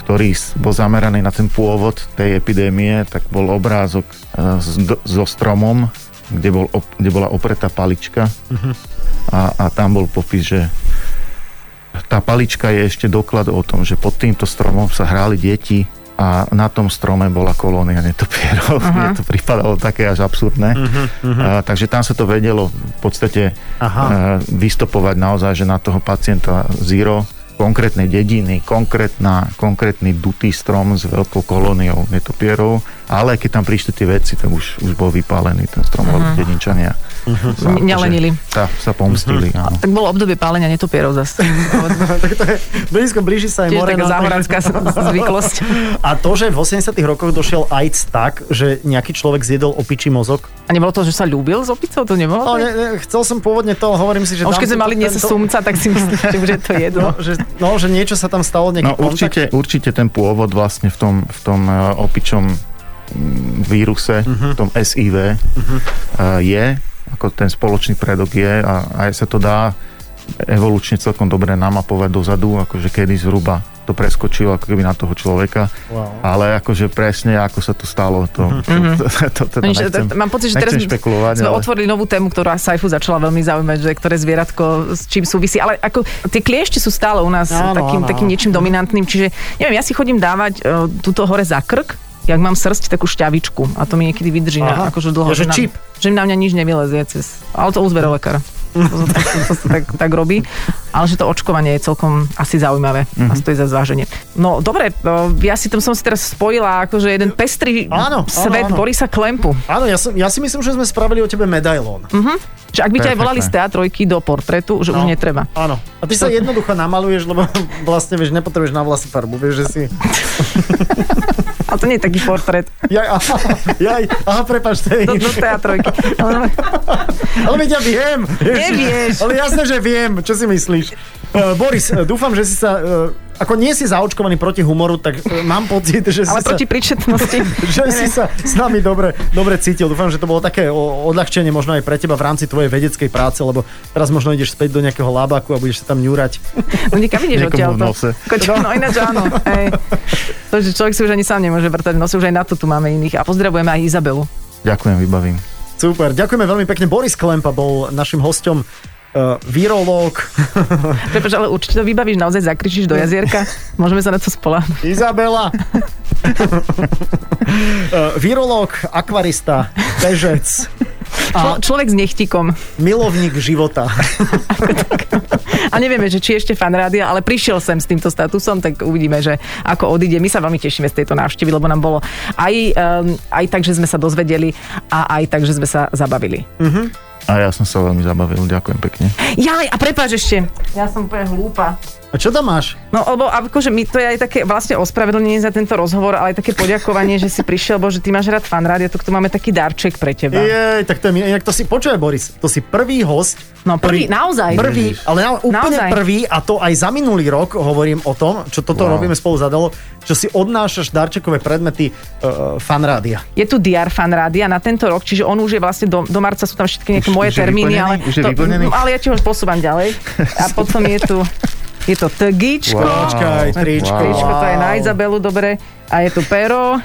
S5: ktorý s- bol zameraný na ten pôvod tej epidémie, tak bol obrázok e, s, do- so stromom, kde, bol op, kde bola opretá palička a, a tam bol popis, že tá palička je ešte doklad o tom, že pod týmto stromom sa hráli deti a na tom strome bola kolónia netopierov. Uh-huh. Mne to pripadalo také až absurdné. Uh-huh, uh-huh. A, takže tam sa to vedelo v podstate
S1: Aha.
S5: a, vystopovať naozaj, že na toho pacienta zero konkrétnej dediny, konkrétna, konkrétny dutý strom s veľkou kolóniou netopierov, ale keď tam prišli tie veci, tak už, už bol vypálený ten strom, uh-huh. dedinčania. Uh-huh. Sa,
S2: N- nelenili.
S5: že Sa, sa pomstili, uh-huh. áno.
S2: Tak bolo obdobie pálenia netopierov
S1: [LAUGHS]
S2: zase.
S1: tak to je, blízko, blíži sa aj
S2: Tiež
S1: more.
S2: taká
S1: no, takže-
S2: záhoranská zvyklosť.
S1: A to, že v 80 rokoch došiel AIDS tak, že nejaký človek zjedol opičí mozog.
S2: A nebolo to, že sa ľúbil s opicou? To nebolo?
S1: No, ne, ne, chcel som pôvodne to, hovorím si, že...
S2: A už
S1: dám
S2: keď sme
S1: to-
S2: mali dnes
S1: tento-
S2: sumca, tak si myslím, že už je to jedno.
S1: No, že, no, že niečo sa tam stalo, nejaký
S5: No určite, určite ten pôvod vlastne v tom, v tom eh, opičom mm, víruse,
S2: Mhm.
S5: uh-huh. v tom SIV uh-huh. je, ako ten spoločný predok je a aj sa to dá evolučne celkom dobre namapovať dozadu, akože kedy zhruba to preskočilo ako keby na toho človeka,
S1: Wow.
S5: ale akože presne ako sa to stalo, to, uh-huh. to, to, to teda
S2: No, Nič,
S5: nechcem,
S2: t- mám pocit, Mhm. že teraz
S5: nechcem špekulovať,
S2: sme
S5: ale
S2: otvorili novú tému, ktorá Saifu začala veľmi zaujímať, že ktoré zvieratko s čím súvisí, ale ako tie kliešte sú stále u nás
S1: Áno,
S2: áno, takým,
S1: áno,
S2: takým
S1: áno.
S2: niečím dominantným, čiže neviem, ja si chodím dávať uh, túto hore za krk, jak mám srst, takú šťavičku a to mi niekedy vydrží
S1: Aha.
S2: na, akože dlho.
S1: Ja, že
S2: na,
S1: čip.
S2: že na mňa nič nevylezie cez, ale to uzbere lekár. To, sa- to, sa tak, tak robí. Ale že to očkovanie je celkom asi zaujímavé mm-hmm. a stojí za zváženie. No dobre, no, ja si tam som si teraz spojila akože jeden pestrý
S1: Áno, áno, áno.
S2: svet Borisa Klempu.
S1: Áno, ja, som, ja si myslím, že sme spravili o tebe medailón.
S2: Mhm. Že ak by ťa aj
S5: Perfektné.
S2: volali z teatr do portrétu, že
S1: No.
S2: už netreba.
S1: Áno. A ty sa jednoducho namaluješ, lebo [LAUGHS] vlastne, vieš, nepotrebuješ na vlasy farbu, vieš, že si... [LAUGHS]
S2: A to nie je taký portrét
S1: Ja, aha, jaj, aha, prepáč, to je
S2: do, do
S1: iné.
S2: teatrojky. Ale- no,
S1: Ale veď ja viem. Vieš,
S2: Nevieš.
S1: Ale jasné, že viem. Čo si myslíš? Uh, Boris, eh, dúfam, že si sa... Uh, ako nie si zaočkovaný proti humoru, tak uh, mám pocit, že
S2: Ale
S1: si
S2: proti
S1: sa...
S2: príčetnosti.
S1: že si sa s nami dobre, dobre cítil. Dúfam, že to bolo také o- odľahčenie možno aj pre teba v rámci tvojej vedeckej práce, lebo teraz možno ideš späť do nejakého labaku a budeš sa tam ňurať.
S2: No nikam ideš
S5: Niekomu
S2: odtiaľ.
S5: v nose.
S2: No ináč áno. Hej. To, že človek si už ani sám nemôže vrtať v nose, už aj na to tu máme iných. A pozdravujeme aj Izabelu.
S5: ďakujem, vybavím.
S1: Super, ďakujeme veľmi pekne. Boris Klempa bol našim hosťom uh, virológ
S2: Prepač, ale určite to vybavíš, naozaj zakričíš do jazierka. Môžeme sa na to spoláhnuť.
S1: Izabela. E, Eh, virológ, akvarista, bežec,
S2: Člo- človek s nechtíkom.
S1: milovník života.
S2: A nevieme, že či ešte fan rádia, ale prišiel sem s týmto statusom, tak uvidíme, že ako odíde. My sa veľmi tešíme z tejto návštevy, lebo nám bolo aj, um, aj tak, že sme sa dozvedeli a aj tak, že sme sa zabavili.
S5: A ja som sa veľmi zabavil, ďakujem pekne.
S2: Jaj, a prepáč ešte. Ja som úplne hlúpa.
S1: A čo tam máš?
S2: No, lebo akože my to je aj také vlastne ospravedlnenie za tento rozhovor, ale aj také poďakovanie, že si prišiel, bo že ty máš rád fan rádia, tak tu máme taký darček pre teba.
S1: Jej, tak to je, mi- inak to si počuje, Boris. To si prvý host.
S2: No prvý,
S1: ktorý-
S2: naozaj.
S1: Prvý, ale na, úplne
S2: Naozaj.
S1: prvý a to aj za minulý rok hovorím o tom, čo toto wow.
S5: Wow.
S1: robíme spolu zadalo, čo si odnášaš darčekové predmety uh, fanrádia.
S2: Je tu DR Fan Rádia na tento rok, čiže on už je vlastne do, do marca sú tam všetky nejaké
S5: Už-
S2: moje
S5: už je
S2: termíny,
S5: vyplnený?
S2: ale, no,
S5: Už je vyplnený?
S2: ale ja ti ho posúvam ďalej. A potom je tu je to tgičko,
S5: Wow.
S1: Počkaj, tričko.
S2: tričko, to je na
S1: Wow.
S2: Izabelu, dobre. A je tu pero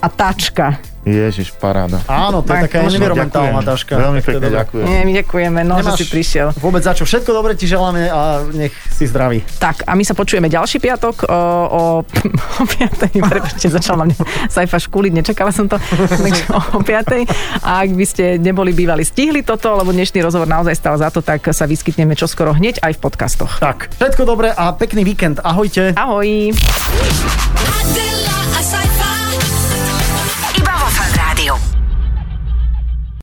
S2: a tačka.
S5: Ježiš, paráda.
S1: Áno, to je
S2: Tak,
S1: taká
S2: možno.
S1: environmentálna
S5: Ďakujem.
S1: taška.
S5: Veľmi
S1: Tak to je
S5: pekne
S1: dobré.
S5: ďakujem.
S2: Nie, my ďakujeme, no, že si prišiel.
S1: Vôbec za čo. Všetko dobre ti želáme a nech si zdravý.
S2: Tak, a my sa počujeme ďalší piatok o, o, o piatej. [LAUGHS] Prepačte, začala mňa sajfa škúliť, nečakala som to. [LAUGHS] Takže o piatej. A ak by ste neboli bývali stihli toto, lebo dnešný rozhovor naozaj stal za to, tak sa vyskytneme čoskoro hneď aj v podcastoch.
S1: Tak, všetko dobre a pekný víkend. Ahojte.
S2: Ahoj!
S3: I